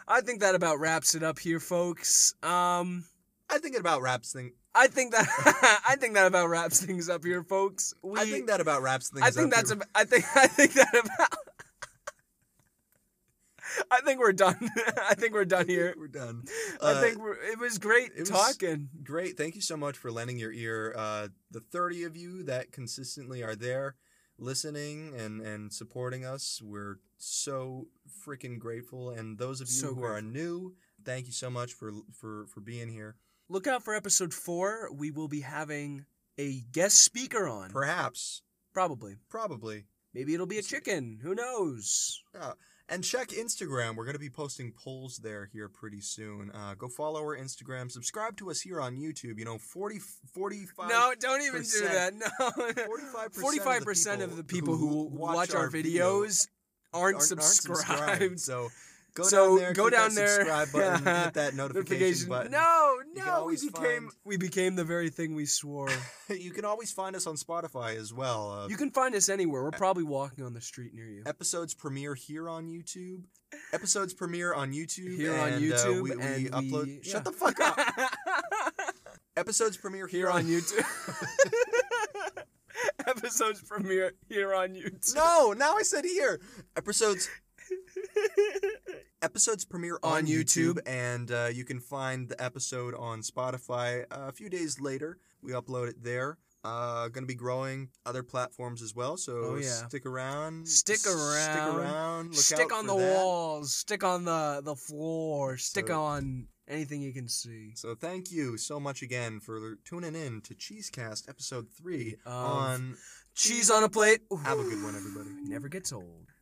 [SPEAKER 2] I think that about wraps it up here, folks. Um.
[SPEAKER 3] I think it about wraps thing.
[SPEAKER 2] I think that I think that about wraps things up here, folks. We,
[SPEAKER 3] I think that about wraps things.
[SPEAKER 2] I think
[SPEAKER 3] up
[SPEAKER 2] that's.
[SPEAKER 3] here.
[SPEAKER 2] Ab- I think. I think that about. I think we're done. I think we're done here.
[SPEAKER 3] We're done.
[SPEAKER 2] I
[SPEAKER 3] Uh,
[SPEAKER 2] think we're, it was great
[SPEAKER 3] it was-
[SPEAKER 2] talking.
[SPEAKER 3] Great. Thank you so much for lending your ear. Uh, the 30 of you that consistently are there listening and, and supporting us, we're so freaking grateful. And those of you
[SPEAKER 2] So
[SPEAKER 3] who are new, thank you so much for, for, for being here.
[SPEAKER 2] Look out for episode four. We will be having a guest speaker on.
[SPEAKER 3] Perhaps,
[SPEAKER 2] Probably.
[SPEAKER 3] probably.
[SPEAKER 2] Maybe it'll be a
[SPEAKER 3] Let's see.
[SPEAKER 2] chicken. Who knows?
[SPEAKER 3] And check Instagram. We're going to be posting polls there here pretty soon. Uh, go follow our Instagram. Subscribe to us here on YouTube. You know, 40, 45
[SPEAKER 2] No, don't even do that.
[SPEAKER 3] percent.
[SPEAKER 2] No.
[SPEAKER 3] 45% of the
[SPEAKER 2] 45% of the people who, watch, our
[SPEAKER 3] video
[SPEAKER 2] videos aren't,
[SPEAKER 3] aren't- aren't
[SPEAKER 2] subscribed.
[SPEAKER 3] So Go
[SPEAKER 2] So,
[SPEAKER 3] down there.
[SPEAKER 2] go
[SPEAKER 3] click
[SPEAKER 2] down
[SPEAKER 3] that
[SPEAKER 2] there.
[SPEAKER 3] Subscribe button. hit that
[SPEAKER 2] Notification.
[SPEAKER 3] notification button.
[SPEAKER 2] No,
[SPEAKER 3] You can
[SPEAKER 2] no, we
[SPEAKER 3] always
[SPEAKER 2] became
[SPEAKER 3] find-
[SPEAKER 2] we became the very thing we swore.
[SPEAKER 3] You can always find us on Spotify as well. Uh,
[SPEAKER 2] you can find us anywhere. We're probably walking on the street near you.
[SPEAKER 3] episodes premiere here on YouTube. Episodes premiere on YouTube.
[SPEAKER 2] Here on
[SPEAKER 3] and, uh,
[SPEAKER 2] YouTube
[SPEAKER 3] we, we
[SPEAKER 2] and
[SPEAKER 3] upload.
[SPEAKER 2] we- yeah.
[SPEAKER 3] Shut the fuck up. Episodes premiere here,
[SPEAKER 2] here on
[SPEAKER 3] on
[SPEAKER 2] YouTube. Episodes premiere here on YouTube.
[SPEAKER 3] No, now I said here. Episodes episodes premiere
[SPEAKER 2] On
[SPEAKER 3] on, YouTube,
[SPEAKER 2] YouTube.
[SPEAKER 3] and uh, you can find the episode on Spotify uh, a few days later. We upload it there. Uh, gonna be growing other platforms as well, so
[SPEAKER 2] Oh, yeah.
[SPEAKER 3] stick around.
[SPEAKER 2] Stick
[SPEAKER 3] s- Stick
[SPEAKER 2] around.
[SPEAKER 3] around. Look
[SPEAKER 2] stick
[SPEAKER 3] out
[SPEAKER 2] on the
[SPEAKER 3] for that.
[SPEAKER 2] walls. Stick on the the floor. Stick
[SPEAKER 3] So-
[SPEAKER 2] on anything you can see.
[SPEAKER 3] So thank you so much again for tuning in to Cheesecast episode three
[SPEAKER 2] Of-
[SPEAKER 3] on
[SPEAKER 2] Um, Cheese on a plate.
[SPEAKER 3] Have a good one, everybody.
[SPEAKER 2] Never gets old.